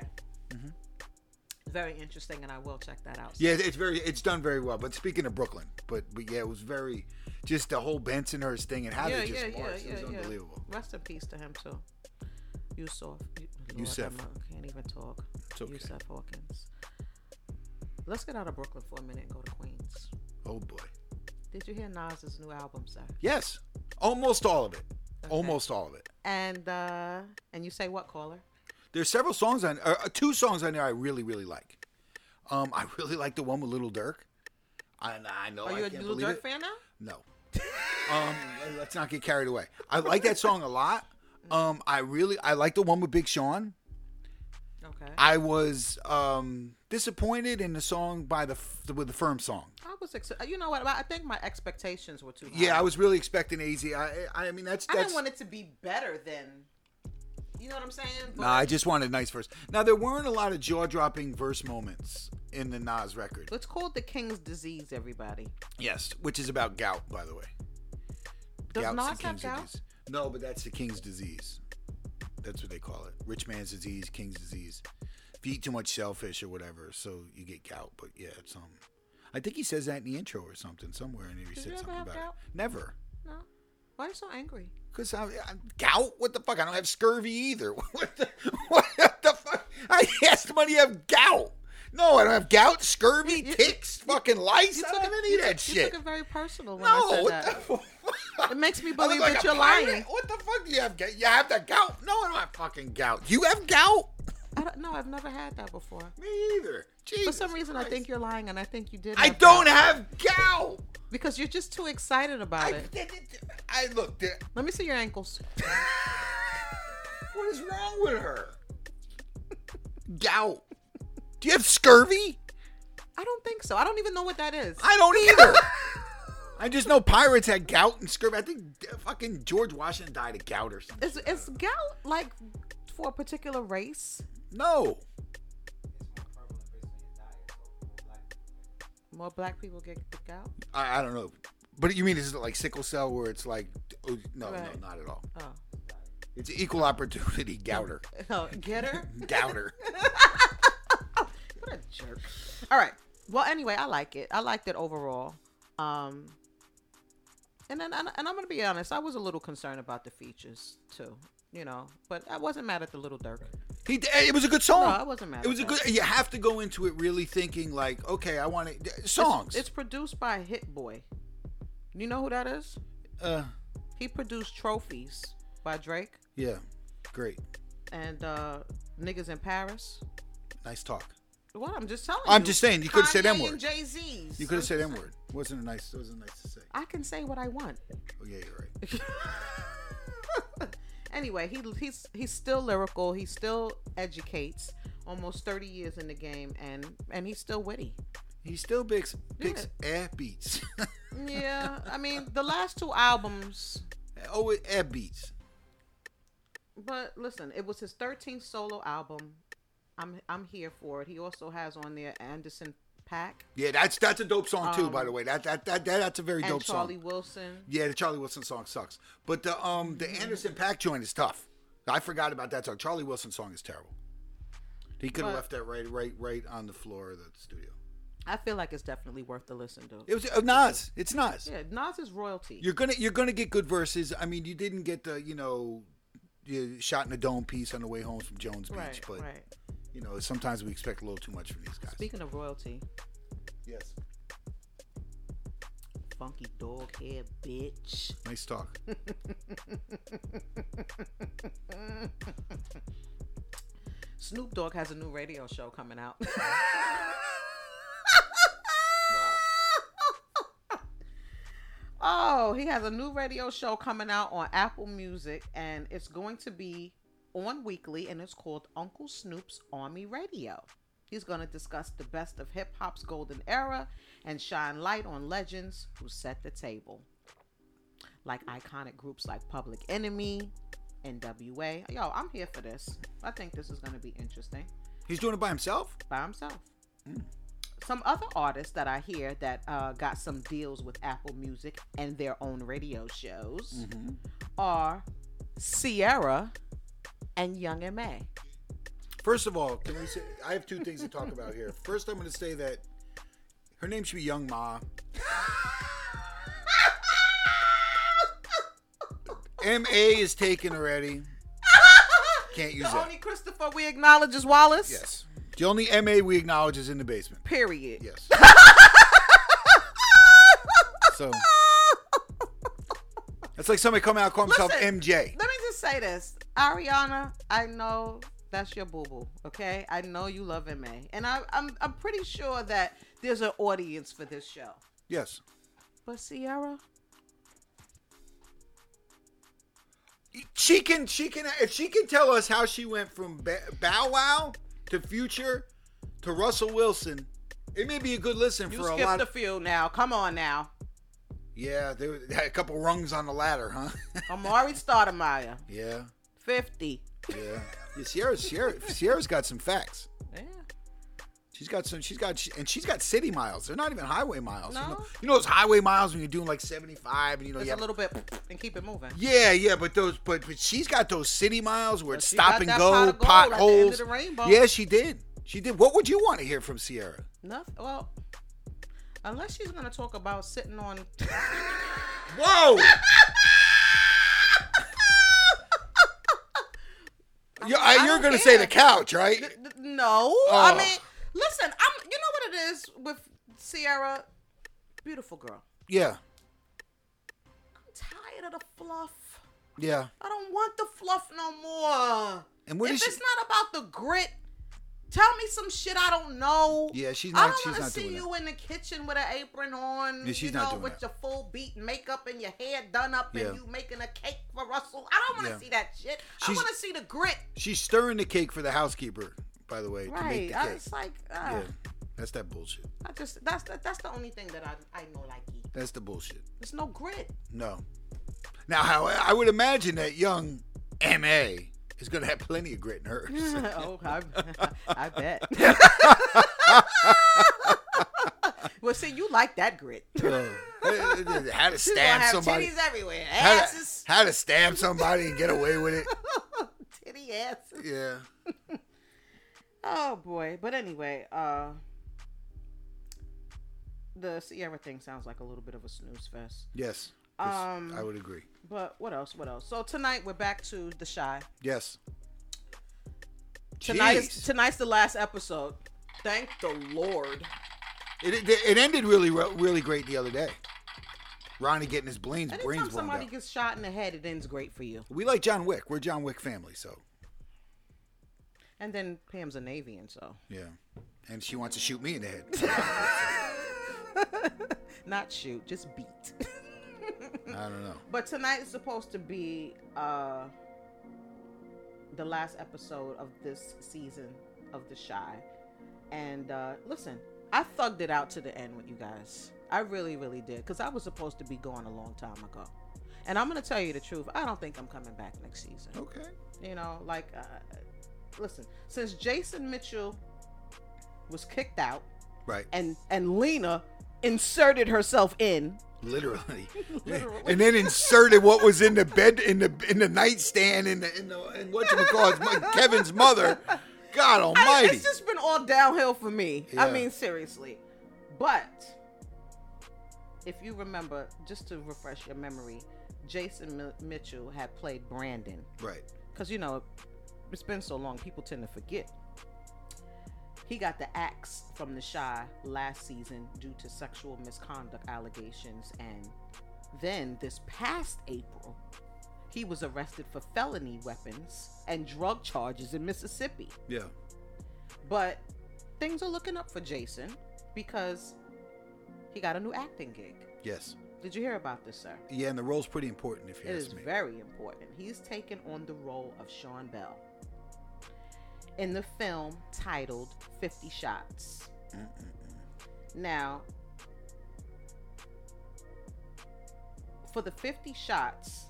A: Very interesting, and I will check that out.
B: Mm-hmm. yeah, it's very it's done very well. But speaking of Brooklyn, but but yeah, it was very just the whole Bensonhurst thing and how
A: yeah,
B: they just
A: yeah,
B: marched.
A: yeah,
B: it was
A: yeah, yeah.
B: unbelievable.
A: Rest in peace to him too. Yusuf.
B: Yusuf.
A: I can't even talk.
B: It's okay.
A: Yusuf Hawkins. Let's get out of Brooklyn for a minute and go to Queens.
B: Oh boy.
A: Did you hear Nas's new album, sir?
B: Yes, almost all of it.
A: Okay.
B: Almost all of it.
A: And uh and you say what caller?
B: There's several songs on, uh, two songs on there I really, really like. Um, I really like the one with Little Dirk. I, I know.
A: Are
B: Oh, I
A: you a
B: can't
A: Little
B: believe
A: Dirk
B: it.
A: fan now?
B: No. um, [LAUGHS] let's not get carried away. I like that song a lot. Um, I really, I like the one with Big Sean.
A: Okay. I,
B: I was um disappointed in the song by the f- with the Firm song.
A: was ex- uh, you know what? I think my expectations were too high.
B: Yeah, I was really expecting AZ. I, I I mean, that's
A: I
B: that's.
A: didn't want it to be better than. You know what I'm saying? But
B: Nah, I just wanted a nice verse. Now there weren't a lot of jaw dropping verse moments in the Nas record.
A: it's called the King's Disease. Everybody.
B: Yes, which is about gout, by the way.
A: Does
B: Gout's the
A: Nas have
B: king's
A: gout?
B: disease. No, but that's the king's disease. That's what they call it. Rich man's disease, king's disease. If you eat too much shellfish or whatever, so you get gout. But yeah, it's um, I think he says that in the intro or something somewhere, and he
A: Did
B: said
A: you ever
B: something
A: have
B: about
A: gout?
B: it. Never,
A: No. Why are you so angry?
B: cause I, I gout. What the fuck? I don't have scurvy either. [LAUGHS] what the what the fuck? I asked money have gout. No, I don't have gout, scurvy,
A: You- you-
B: ticks, fucking lice. I don't have any
A: you
B: of that
A: took- you
B: shit.
A: took it very personal when I
B: No,
A: said
B: what
A: that.
B: the [LAUGHS] fuck?
A: It makes me
B: [LAUGHS] I look
A: believe
B: like
A: that
B: a
A: you're
B: pirate?
A: lying.
B: What the fuck do you have? gout? You have the gout? No, I don't have fucking gout. You have gout?
A: I don't know. I've never had that before.
B: Me either. Jesus
A: For some reason, I think you're lying, and I think you did.
B: I
A: have
B: don't
A: that.
B: have gout.
A: because you're just too excited about
B: I,
A: it.
B: I look. there-
A: Let me see your ankles.
B: [LAUGHS] What is wrong with her? Gout. Do you have scurvy?
A: I don't think so. I don't even know what that is.
B: I don't
A: [LAUGHS]
B: either. I just know pirates had gout and scurvy. I think d- fucking George Washington died of gout or something.
A: Is is gout like for a particular race?
B: No.
A: More black people get the gout.
B: I, I don't know. But you mean is it like sickle cell where it's like, oh, no,
A: Right.
B: no, not at all.
A: Oh, [LAUGHS]
B: It's equal opportunity gouter.
A: oh getter.
B: Gouter.
A: What a jerk. All right. Well, anyway, I like it. I liked it overall. Um, and then, and, and I'm gonna be honest. I was a little concerned about the features too. You know, but I wasn't mad at the little Dirk.
B: He, d- it was a good song.
A: No, I wasn't mad
B: It was a
A: at
B: good.
A: that.
B: You have to go into it really thinking like, okay, I want to
A: It's-
B: songs.
A: It's, produced by Hit Boy. You know who that is?
B: uh,
A: He produced Trophies by Drake
B: yeah, great,
A: and uh, Niggas in Paris.
B: nice talk.
A: What I'm just telling you.
B: I'm just saying, you could've said M-word.
A: Jay Z's.
B: You could have said M word. wasn't a nice. wasn't nice to say.
A: I can say what I want.
B: Oh yeah, you're right.
A: [LAUGHS] anyway, he he's he's still lyrical. He still educates. Almost thirty years in the game, and and he's still witty.
B: He still picks picks
A: Yeah.
B: air beats. [LAUGHS]
A: Yeah, [LAUGHS] I mean the last two albums,
B: oh, air beats.
A: but listen, it was his thirteenth solo album. I'm I'm here for it. He also has on there Anderson Pack
B: Yeah, that's that's a dope song too.
A: Um,
B: by the way, that that, that that that's a very
A: and
B: dope
A: Charlie
B: song.
A: Wilson.
B: Yeah, the Charlie Wilson song sucks, but the um the Anderson Pack joint is tough. I forgot about that song. Charlie Wilson song is terrible. He could have
A: But-
B: left that right right right on the floor of the studio.
A: I feel like it's definitely worth the listen, dude.
B: It was uh, Nas. It's Nas.
A: Yeah, Nas is royalty.
B: You're gonna you're gonna get good verses. I mean, you didn't get the you know, you shot in the dome piece on the way home from Jones Beach,
A: right,
B: but
A: right.
B: you know sometimes we expect a little too much from these guys.
A: Speaking of royalty,
B: yes.
A: funky dog head bitch.
B: Nice talk.
A: Snoop Dogg has a new radio show coming out. [LAUGHS] oh, he has a new radio show coming out on Apple Music, and it's going to be on weekly, and it's called Uncle Snoop's Army Radio. He's going to discuss the best of hip hop's golden era and shine light on legends who set the table, like iconic groups like Public Enemy, NWA. Yo, I'm here for this. I think this is going to be interesting
B: He's doing it by himself?
A: by himself.
B: Mm.
A: Some other artists that I hear that uh, got some deals with Apple Music and their own radio shows
B: Mm-hmm.
A: are Sierra and Young and May.
B: [LAUGHS] First of all, can we say, I have two things to talk about here. First, I'm going to say that her name should be Young Ma. MA is taken already. Can't use
A: the
B: that.
A: only Christopher we acknowledge is Wallace.
B: Yes. The only MA we acknowledge is in the basement.
A: Period. [LAUGHS]
B: [LAUGHS] Yes. so that's like somebody coming out calling himself
A: Listen.
B: MJ.
A: Let me just say this, Ariana. I know that's your boo boo. Okay, I know you love MA, and I, I'm I'm pretty sure that there's an audience for this show.
B: Yes.
A: But Sierra,
B: She can. She can. If she can tell us how she went from Ba- Bow Wow to Future to Russell Wilson, it may be a good listen
A: you
B: for a
A: skipped
B: lot.
A: a few now. Come on now,
B: yeah, there were a couple rungs on the
A: [LAUGHS]
B: ladder, huh?
A: Amari Stoudemire,
B: yeah.
A: fifty.
B: Yeah. yeah Sierra. Sierra. Sierra's got some facts.
A: Yeah.
B: She's got some. She's got and she's got city miles. They're not even highway miles. You, know,
A: No?
B: you know those highway miles when you're doing like 75 and you know
A: Just
B: yeah.
A: a little bit and keep it moving.
B: Yeah, yeah, but those, but, but she's got those city miles where it's
A: she got
B: stop and
A: that
B: go,
A: pot of gold at the end of
B: potholes.
A: the rainbow.
B: yeah, she did. She did. What would you want to hear from Sierra?
A: Nothing. Well, unless she's gonna talk about sitting on. [LAUGHS]
B: Whoa! you're
A: I
B: you're
A: don't
B: gonna say
A: care.
B: the couch, right?
A: N- No, I
B: Oh.
A: mean, listen, I'm. You know what it is with Sierra, beautiful girl.
B: Yeah,
A: I'm tired of the fluff.
B: yeah.
A: I don't want the fluff no more.
B: And what
A: if
B: is she?
A: it's not about the grit, tell me some shit I don't know.
B: Yeah, she's
A: I
B: not-
A: don't
B: she's
A: wanna
B: not
A: see
B: doing that.
A: you in the kitchen with an apron on.
B: Yeah, she's
A: you know,
B: not doing
A: with
B: that.
A: your full beat makeup and your hair done up
B: Yeah.
A: and you making a cake for Russell. I don't want to
B: Yeah.
A: see that shit. I
B: She's-
A: want to see the grit.
B: she's stirring the cake for the housekeeper, by the way, to make
A: Right.
B: the
A: I
B: cake.
A: was like,
B: Yeah,
A: uh,
B: that's that bullshit.
A: I just that's that, that's the only thing that I I know like.
B: That's the bullshit.
A: There's no
B: [LAUGHS]
A: grit.
B: No. Now, how I would imagine that young M.A. is going to have plenty of grit in her. [LAUGHS]
A: oh, I, I bet. [LAUGHS] well, see, you like that grit.
B: [LAUGHS] how to
A: She's gonna
B: stab
A: have
B: somebody.
A: titties everywhere,
B: How to,
A: asses, [LAUGHS]
B: how to stab somebody and get away with it.
A: titty asses.
B: Yeah.
A: Oh boy! But anyway, uh, the Sierra thing sounds like a little bit of a snooze fest.
B: Yes. Yes,
A: Um,
B: I would agree.
A: But what else? What else? So tonight we're back to the shy.
B: Yes.
A: Tonight is
B: Jeez.
A: tonight's the last episode. Thank the Lord.
B: it, it, it ended really, re- really great the other day. Ronnie getting his brains, brains
A: Anytime
B: blown
A: somebody
B: out.
A: gets shot in the head, it ends great for you.
B: We like John Wick. We're John Wick family, so
A: And then Pam's a Navy, and [LAUGHS] so
B: yeah. And she wants to shoot me in the head.
A: [LAUGHS] not shoot, just beat. [LAUGHS]
B: I don't know.
A: but tonight is supposed to be uh the last episode of this season of The Shy. And uh listen, I thugged it out to the end with you guys. I really, really did, because I was supposed to be gone a long time ago. And I'm gonna tell you the truth. I don't think I'm coming back next season.
B: Okay.
A: You know, like, uh, listen, since Jason Mitchell was kicked out
B: Right.
A: and and Lena inserted herself in,
B: literally,
A: [LAUGHS] Literally.
B: and then inserted what was in the bed in the in the nightstand in the in the in what you call Kevin's mother. God
A: I,
B: Almighty!
A: it's just been all downhill for me.
B: Yeah.
A: I mean, seriously. But if you remember, just to refresh your memory, Jason Mi- Mitchell had played Brandon
B: right.
A: because you know it's been so long, people tend to forget. He got the axe from the shy last season due to sexual misconduct allegations, and then this past April, He was arrested for felony weapons and drug charges in Mississippi.
B: Yeah.
A: But things are looking up for Jason because he got a new acting gig.
B: Yes.
A: Did you hear about this, sir?
B: Yeah, and the role's pretty important if you
A: It
B: ask
A: is
B: me.
A: very important. He's taken on the role of Sean Bell in the film titled 50 Shots. Now, for the 50 Shots,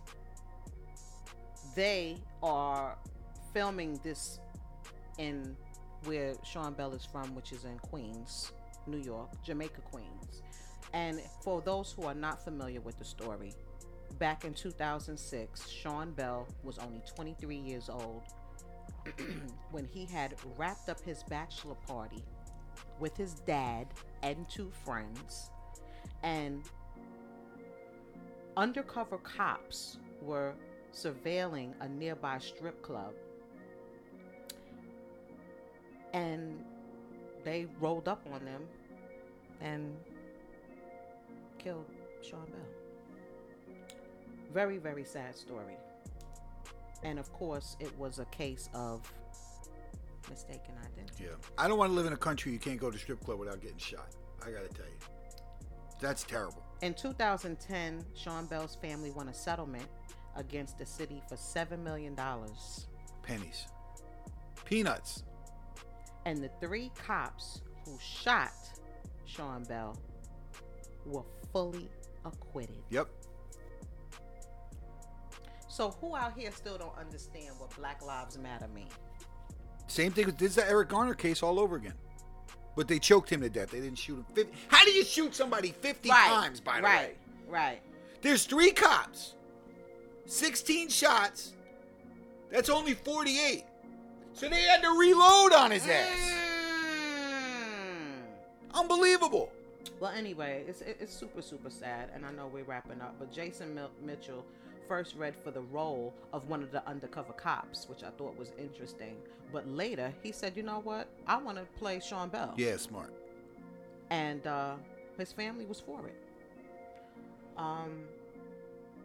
A: they are filming this in where Sean Bell is from, which is in Queens, New York, Jamaica, Queens. And for those who are not familiar with the story, back in 2006, Sean Bell was only 23 years old [CLEARS THROAT] when he had wrapped up his bachelor party with his dad and two friends, and undercover cops were surveilling a nearby strip club. And they rolled up on them and killed Sean Bell. Very, very sad story. And of course, it was a case of mistaken identity.
B: Yeah. I don't want to live in a country you can't go to strip club without getting shot. I gotta tell you. That's terrible.
A: In 2010, Sean Bell's family won a settlement against the city for $7 million.
B: Pennies. Peanuts.
A: And the three cops who shot Sean Bell were fully acquitted.
B: Yep.
A: So, who out here still don't understand what Black Lives Matter mean?
B: Same thing with this is the Eric Garner case all over again. But they choked him to death. They didn't shoot him 50. How do you shoot somebody 50 times, by the
A: right,
B: way?
A: Right.
B: There's three cops, 16 shots. That's only 48. So they had to reload on his ass.
A: Mm.
B: Unbelievable.
A: Well, anyway, it's it- it's super super sad, and I know we're wrapping up, but Jason Mil- Mitchell first read for the role of one of the undercover cops, which I thought was interesting. But later, he said, "You know what? I want to play Sean Bell."
B: Yeah, smart.
A: and uh, his family was for it. Um,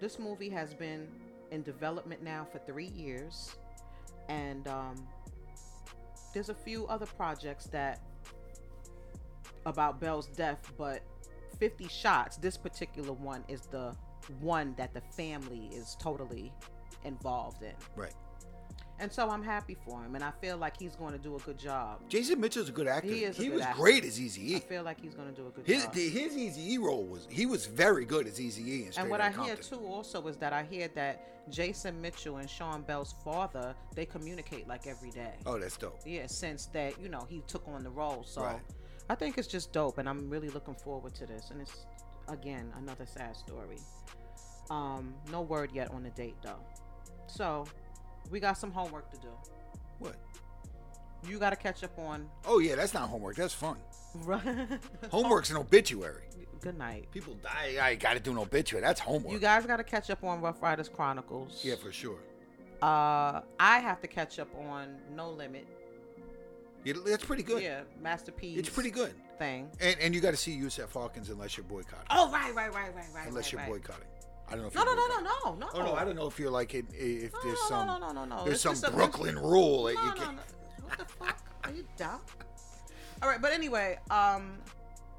A: this movie has been in development now for three years, and um, there's a few other projects that about Bell's death, but 50 Shots, this particular one is the one that the family is totally involved in.
B: Right.
A: And so I'm happy for him, and I feel like he's going to do a good job.
B: Jason Mitchell's a good actor.
A: He is a good
B: was
A: actor.
B: great as
A: I
B: Easy E.
A: feel like uh, he's going to do a good
B: His
A: job.
B: the, his Easy E role was he was very good as Easy E.
A: And what I hear too also is that I hear that Jason Mitchell and Sean Bell's father they communicate like every day.
B: Oh, that's dope.
A: Yeah, since that you know he took on the role, so
B: Right.
A: I think it's just dope, and I'm really looking forward to this. And it's again another sad story. Um, no word yet on the date though, so we got some homework to do.
B: What?
A: You got to catch up on. [LAUGHS]
B: Oh yeah, that's not homework. That's fun.
A: Home-
B: Homework's an obituary.
A: Good night.
B: People die. I got to do an obituary. That's homework.
A: You guys got to catch up on Rough Riders Chronicles.
B: yeah, for sure.
A: Uh, I have to catch up on No Limit.
B: Yeah, that's pretty good.
A: Yeah, masterpiece.
B: It's pretty good.
A: thing.
B: And and you got to see Yusef Hawkins unless you're boycotting.
A: Oh right, right, right, right, right.
B: unless
A: right,
B: you're
A: right.
B: boycotting. I don't know if
A: No,
B: you're
A: no, no, no,
B: boycotting.
A: no, no.
B: Oh no, I don't know if you're like in, if
A: No,
B: there's
A: no,
B: some
A: no, no, no, no.
B: there's
A: It's just
B: some
A: a-
B: Brooklyn rule that
A: No,
B: you
A: no,
B: can't.
A: no. What the fuck? Are you dumb? All right, but anyway, um,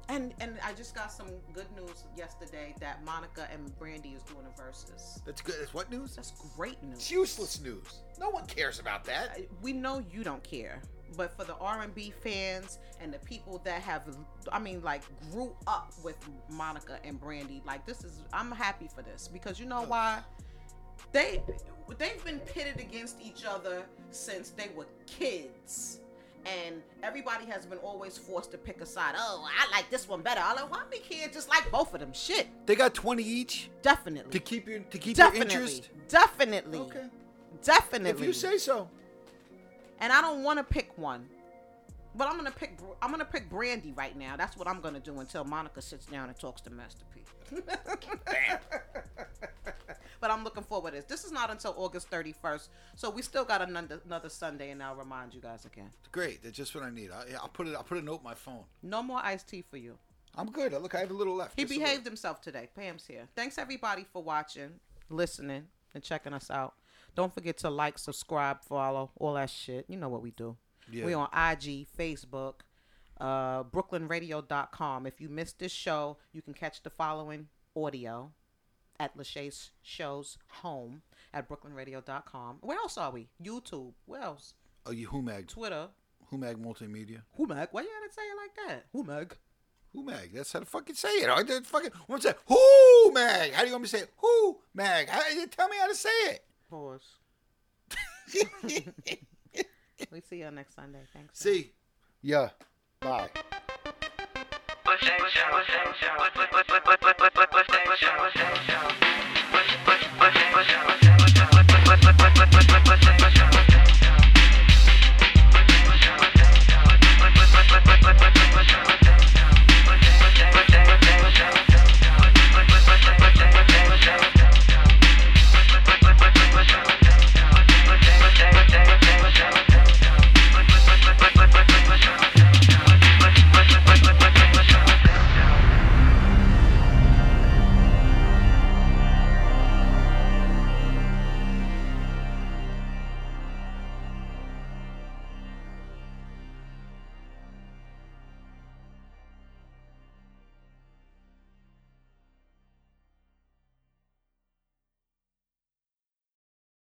A: and and I just got some good news yesterday that Monica and Brandy is doing a versus.
B: That's good. That's what news?
A: That's great news.
B: It's useless news. No one cares about that.
A: I- we know you don't care but for the r&b fans and the people that have i mean like grew up with monica and brandy like this is i'm happy for this because you know
B: Oh.
A: why they they've been pitted against each other since they were kids and everybody has been always forced to pick a side oh i like this one better i like why me kids just like both of them shit
B: They got 20 each to
A: definitely
B: keep your to keep your
A: definitely
B: interest.
A: definitely
B: Okay. If
A: definitely
B: you say so.
A: and I don't want to pick one. But I'm gonna pick Br- I'm gonna pick Brandy right now. That's what I'm gonna do until Monica sits down and talks to Master P. [LAUGHS] but I'm looking forward to this. This is not until August 31st, so we still got another, another Sunday, and I'll remind you guys again.
B: Great. That's just what I need. I, I'll put it. I'll put a note in my phone.
A: No more iced tea for you.
B: I'm good. I look. I have a little left.
A: He
B: Just a little.
A: behaved himself today. Pam's here. Thanks everybody for watching, listening, and checking us out. Don't forget to like, subscribe, follow, all that shit. You know what we do.
B: Yeah.
A: We're on IG, Facebook, uh, brooklynradio.com. If you missed this show, you can catch the following audio at Lachey's Show's home at brooklynradio.com. Where else are we? YouTube. Where else?
B: oh, you Humag.
A: Twitter.
B: Humag Multimedia.
A: Humag. Why you gotta say it like that? Humag.
B: Humag. That's how to fucking say it. I did fucking. What's that? Humag. How do you want me to say it? Humag. How, you tell me how to say it.
A: Pause. [LAUGHS] we see y'all next Sunday. Thanks.
B: See. Yeah. Bye.
C: What's that? What's that? What's that? What's that? What's that? What's that?